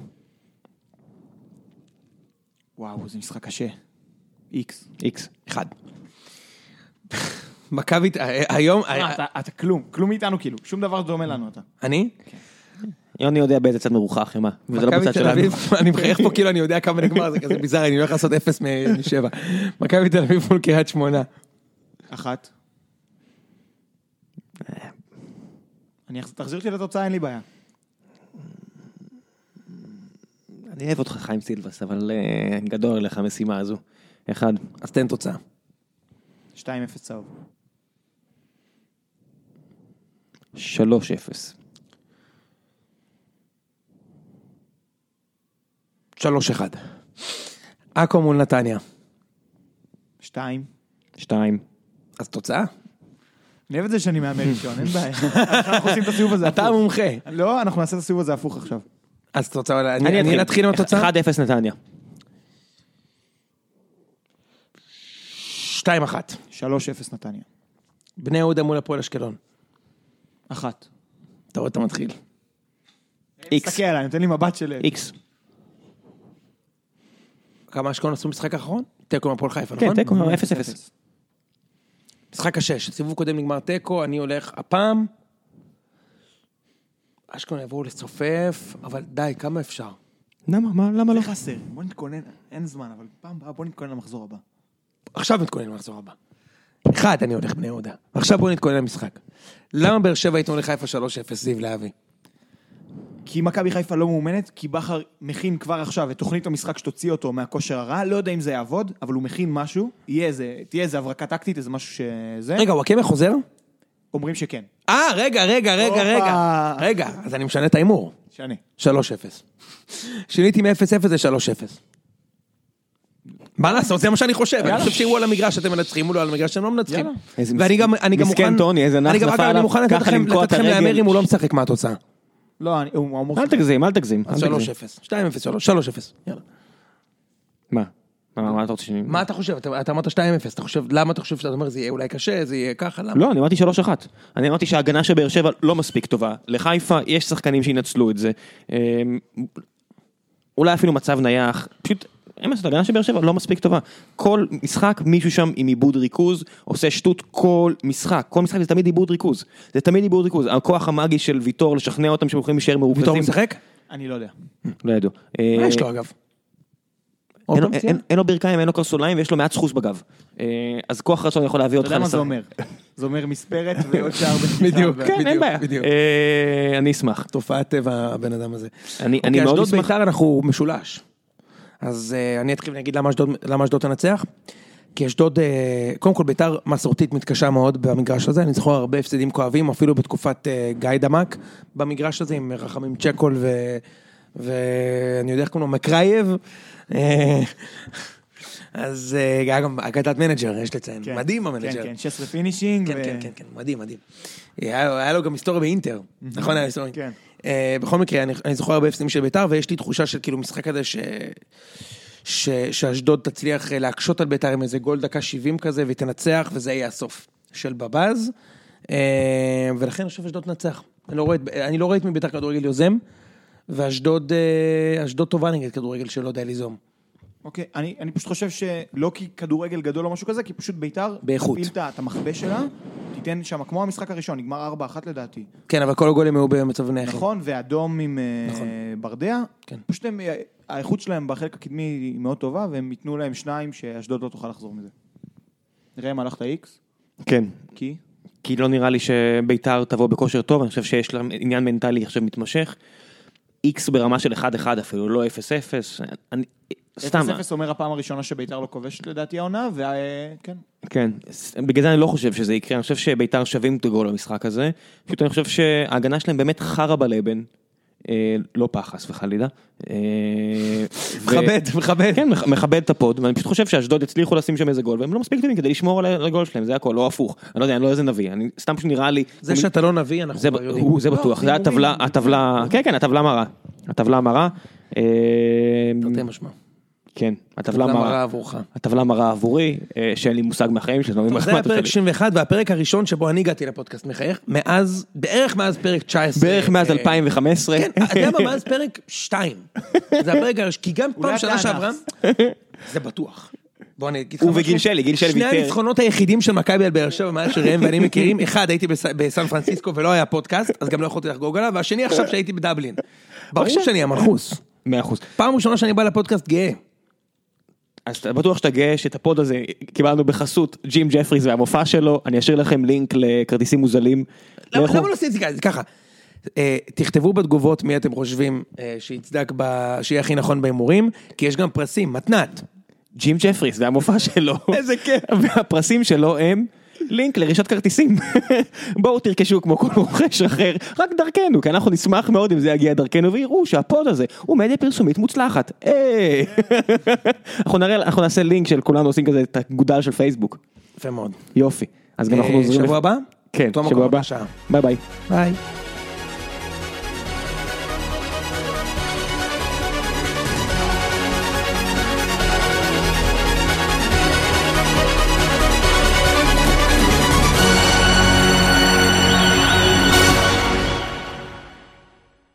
Speaker 2: וואו, זה משחק קשה. איקס.
Speaker 1: איקס.
Speaker 3: אחד. [laughs] מכבי, אה, היום,
Speaker 2: אה,
Speaker 3: אה,
Speaker 2: אתה- אתה כלום, כלום מאיתנו כאילו, שום דבר דומה לנו אתה.
Speaker 3: אני?
Speaker 1: יוני יודע באיזה צד מרוחך, מה? וזה לא בצד שלנו.
Speaker 3: [laughs] אני מחייך פה כאילו אני יודע כמה נגמר, זה כזה ביזארי, אני הולך לעשות אפס מ- משבע. מכבי תל אביב מול קריית שמונה.
Speaker 2: אחת. אני אחז- תחזיר אותי לתוצאה, אין לי בעיה.
Speaker 1: אני אוהב אותך חיים סילבס, אבל אה, גדול עליך המשימה הזו. אחד.
Speaker 3: אז תן תוצאה.
Speaker 2: 2-0 צהוב.
Speaker 1: 3-0.
Speaker 3: שלוש אחד. עכו מול נתניה.
Speaker 2: 2.
Speaker 1: 2.
Speaker 3: אז תוצאה?
Speaker 2: אני אוהב את זה שאני מהמר ראשון, אין [laughs] בעיה. אנחנו עושים את הסיבוב הזה
Speaker 3: אתה
Speaker 2: הפוך.
Speaker 3: המומחה.
Speaker 2: לא, אנחנו נעשה את הסיבוב הזה הפוך עכשיו.
Speaker 3: אז תוצאה, אני אני נתחיל עם התוצאה?
Speaker 1: 1-0 נתניה.
Speaker 3: שתיים אחת.
Speaker 2: 3-0 נתניה.
Speaker 3: בני יהודה מול הפועל אשקלון.
Speaker 2: אחת.
Speaker 3: אתה רואה, אתה מתחיל.
Speaker 1: איקס.
Speaker 2: תסתכל עליי, נותן לי מבט של...
Speaker 1: איקס.
Speaker 3: כמה אשקלון עשו משחק האחרון? תיקו עם הפועל חיפה,
Speaker 1: כן,
Speaker 3: נכון?
Speaker 1: תיקו, 0-0.
Speaker 3: משחק השש, סיבוב קודם נגמר תיקו, אני הולך הפעם. אשקלון יבואו לצופף, אבל די, כמה אפשר?
Speaker 1: למה? מה? למה לא?
Speaker 2: לא חסר, בוא נתכונן, אין זמן, אבל פעם הבאה בוא נתכונן למחזור הבא.
Speaker 3: עכשיו מתכונן למחזור הבא. אחד, אני הולך בני יהודה. עכשיו בואו נתכונן למשחק. למה באר שבע ייתנו לחיפה 3-0 זיו להבי?
Speaker 2: כי מכבי חיפה לא מאומנת, כי בכר מכין כבר עכשיו את תוכנית המשחק שתוציא אותו מהכושר הרע, לא יודע אם זה יעבוד, אבל הוא מכין משהו, יהיה איזה, תהיה איזה הברקה טקטית, איזה משהו שזה,
Speaker 3: רגע, וואקמה חוזר?
Speaker 2: אומרים שכן.
Speaker 3: אה, רגע, רגע, רגע,
Speaker 2: הופה.
Speaker 3: רגע. רגע, אז אני משנה את ההימור.
Speaker 2: שני.
Speaker 3: 3-0. שיניתי מ-0-0 ל-3-0. מה לעשות, זה מה שאני חושב, אני חושב שהוא על המגרש שאתם מנצחים, הוא לא על המגרש שאתם לא מנצחים.
Speaker 2: יאללה.
Speaker 1: איזה
Speaker 3: ואני
Speaker 1: מסכן-
Speaker 3: גם, אני גם
Speaker 1: מסכן
Speaker 3: מוכן,
Speaker 1: טוני, איזה נח
Speaker 3: אני גם,
Speaker 1: נפל
Speaker 3: אגב, אני
Speaker 1: עליו,
Speaker 3: מוכן
Speaker 1: ככה
Speaker 3: לתת לכם-
Speaker 1: למקוע את
Speaker 3: לתת לכם
Speaker 1: הרגל.
Speaker 3: להמר אם הוא לא משחק מה התוצאה.
Speaker 2: לא, אני- הוא אמור...
Speaker 1: אל תגזים, אל תגזים. אל
Speaker 3: אז 3-0,
Speaker 1: תגזים.
Speaker 3: 2-0, 3-0, יאללה.
Speaker 1: מה? מה מה אתה רוצה שאני...
Speaker 3: מה אתה חושב? אתה אתה אמרת 2-0, אתה חושב, למה אתה חושב שאתה אומר זה יהיה אולי קשה, זה יהיה ככה, למה?
Speaker 1: לא, אני אמרתי 3-1. אני אמרתי שההגנה של באר שבע לא מספיק טובה. לחיפה יש שחקנים שינצלו את זה. אמ, אולי אפילו מצב נייח. פשוט, אין מה לעשות, ההגנה של באר שבע לא מספיק טובה. כל משחק, מישהו שם עם עיבוד ריכוז, עושה שטות כל משחק. כל משחק זה תמיד עיבוד ריכוז. זה תמיד עיבוד ריכוז. הכוח המאגי של ויטור לשכנע אותם שהם יכולים להישאר מרוכזים.
Speaker 3: ויטור משחק?
Speaker 2: אני לא יודע.
Speaker 1: לא ידעו.
Speaker 3: מה יש לו אגב? אוקיי, עוד
Speaker 1: אין, לו-
Speaker 3: פעם
Speaker 1: אין,
Speaker 3: פציעה?
Speaker 1: אין, אין לו ברכיים, אין לו קרסוליים ויש לו מעט סחוס בגב. אה, אז כוח רצון יכול להביא
Speaker 2: אתה
Speaker 1: אותך
Speaker 2: יודע מה זה
Speaker 1: לשחק.
Speaker 2: אומר? זה אומר מספרת ועוד
Speaker 3: [laughs]
Speaker 2: שער
Speaker 3: בדיוק.
Speaker 2: בדיוק.
Speaker 1: כן, אין
Speaker 3: בדיוק,
Speaker 1: בעיה.
Speaker 3: בדיוק.
Speaker 1: אה, אני אשמח.
Speaker 3: תופעת טבע הבן אדם הזה.
Speaker 1: אני-
Speaker 3: אוקיי,
Speaker 1: אני מאוד
Speaker 3: אשדוד
Speaker 1: אשמח.
Speaker 3: בית"ר אנחנו משולש. אז אה, אני אתחיל ואני אגיד למה אשדוד- למה אשדוד תנצח. כי אשדוד, אה, קודם כל בית"ר מסורתית מתקשה מאוד במגרש הזה, אני זוכר הרבה הפסדים כואבים, אפילו בתקופת אה, גיא דמק במגרש הזה עם רחמים צ'קול ו... ואני יודע איך קוראים לו, מקרייב. אה, [laughs] אז אה, היה גם אגדת מנג'ר, יש לציין.
Speaker 2: כן.
Speaker 3: מדהים המנג'ר.
Speaker 2: כן, כן, 16 פינישינג.
Speaker 3: כן,
Speaker 2: ו-
Speaker 3: כן, כן, כן, מדהים, מדהים. אה, היה היה לו גם היסטוריה באינטר, נכון? היה היסטוריה.
Speaker 2: כן.
Speaker 3: אה, בכל מקרה, אני אני זוכר הרבה הפסדים של ביתר, ויש לי תחושה של כאילו משחק כזה ש... ש... שאשדוד תצליח אה, להקשות על ביתר עם איזה גול דקה 70 כזה, והיא תנצח, וזה יהיה הסוף של בבאז. אה, ולכן אני חושב שאשדוד תנצח. אני לא רואה את- אני לא רואה את מביתר כדורגל יוזם, ואשדוד אה, אשדוד טובה נגד כדורגל שלא יודע ליזום.
Speaker 2: אוקיי, אני אני פשוט חושב שלא כי כדורגל גדול או משהו כזה, כי פשוט ביתר...
Speaker 3: באיכות.
Speaker 2: תפעיל את ה- את המכבש שלה, תיתן שם, כמו המשחק הראשון, נגמר 4-1 לדעתי.
Speaker 3: כן, אבל כל הגולים היו במצב נייחים.
Speaker 2: נכון, ואדום עם אה,
Speaker 3: נכון.
Speaker 2: ברדע.
Speaker 3: כן.
Speaker 2: פשוט הם, אה, האיכות שלהם בחלק הקדמי היא מאוד טובה, והם ייתנו להם שניים שאשדוד לא תוכל לחזור מזה. נראה אם הלכת איקס,
Speaker 1: כן.
Speaker 2: כי...
Speaker 1: כי לא נראה לי שביתר תבוא בכושר טוב, אני חושב שיש לה עניין מנטלי עכשיו מתמשך. איקס ברמה של 1-1 אפילו, לא 0-0. אני... סתם.
Speaker 2: 0-0
Speaker 3: אה.
Speaker 2: אומר הפעם הראשונה שביתר לא כובשת לדעתי העונה, אה, וכן.
Speaker 1: כן, ס- בגלל זה אני לא חושב שזה יקרה, אני חושב שביתר שווים את הגול במשחק הזה. פשוט אני חושב שההגנה שלהם באמת חרא בלבן. אה, לא פחס וחלילה. אה, ו-
Speaker 3: מכבד, מכבד.
Speaker 1: כן, מכ- מכבד את הפוד, ואני פשוט חושב שאשדוד יצליחו לשים שם איזה גול, והם לא מספיק טובים כדי לשמור על ה- על הגול שלהם, זה הכל, לא הפוך. אני לא יודע, אני לא איזה נביא, אני סתם פשוט נראה לי...
Speaker 3: זה שאתה לא נביא, אנחנו
Speaker 1: זה,
Speaker 3: כבר יודעים.
Speaker 1: הוא, זה בטוח, לא,
Speaker 3: לא
Speaker 1: זה הטבלה, הטבלה, כן כן, הטבלה מרה, הטבלה מרה, אה,
Speaker 3: תרתי משמע.
Speaker 1: כן, הטבלה
Speaker 3: הטבלה מרה
Speaker 1: מרה,
Speaker 3: עבורך.
Speaker 1: הטבלה מרה עבורי, אה, שאין לי מושג מהחיים שלי, אני לא מבין
Speaker 3: טוב,
Speaker 1: מה
Speaker 3: זה היה
Speaker 1: אכפת לי.
Speaker 3: פרק 61 והפרק הראשון שבו אני הגעתי לפודקאסט מחייך, מאז, בערך מאז פרק 19.
Speaker 1: בערך מאז
Speaker 3: אה,
Speaker 1: 2015,
Speaker 3: כן,
Speaker 1: [laughs]
Speaker 3: אתה יודע מה, מאז פרק 2. זה הפרק הראשון, כי גם
Speaker 2: אולי
Speaker 3: פעם שנה
Speaker 2: אתה
Speaker 3: שעברה,
Speaker 2: אנס.
Speaker 3: זה בטוח. בוא אני אגיד לך
Speaker 1: הוא
Speaker 3: משהו.
Speaker 1: וגיל שלי, גיל שלי
Speaker 3: שני
Speaker 1: ויתר.
Speaker 3: הניצחונות היחידים של מכבי על באר שבע מאז שראם ואני מכירים, אחד הייתי בס- בסן פרנסיסקו ולא היה פודקאסט, אז גם לא יכולתי לחגוג עליו, והשני עכשיו שהייתי בדבלין. ברור
Speaker 1: עכשיו.
Speaker 3: שאני המנחוס.
Speaker 1: 100 אחוז.
Speaker 3: פעם ראשונה שאני בא לפודקאסט גאה.
Speaker 1: לא, אז אתה בטוח שאתה גאה שאת הפוד הזה קיבלנו בחסות ג'ים ג'פריס והמופע שלו, אני אשאיר לכם לינק לכרטיסים מוזלים.
Speaker 3: למה
Speaker 1: לכו-
Speaker 3: למה לא עושים את זה ככה? זה ככה? אה, תכתבו בתגובות מי אתם חושבים אה, שיצדק, ב- שיהיה הכי נכון בהימורים, כי יש גם פרסים, מתנת.
Speaker 1: ג'ים ג'פריס והמופע שלו.
Speaker 3: [laughs] איזה כיף.
Speaker 1: והפרסים שלו הם לינק לרכישת כרטיסים. [laughs] בואו תרכשו כמו כל רוכש אחר, רק דרכנו, כי אנחנו נשמח מאוד אם זה יגיע דרכנו ויראו שהפוד הזה הוא מדיה פרסומית מוצלחת. היי. [laughs] אנחנו נראה, אנחנו נעשה לינק של כולנו עושים כזה את הגודל של פייסבוק.
Speaker 3: יפה מאוד.
Speaker 1: יופי. אז גם אנחנו
Speaker 3: אה,
Speaker 1: עוזרים.
Speaker 3: שבוע
Speaker 1: לך-
Speaker 3: הבא?
Speaker 1: כן,
Speaker 3: אותו מקום,
Speaker 1: שבוע הבא.
Speaker 3: אותה שעה.
Speaker 1: ביי ביי.
Speaker 3: ביי.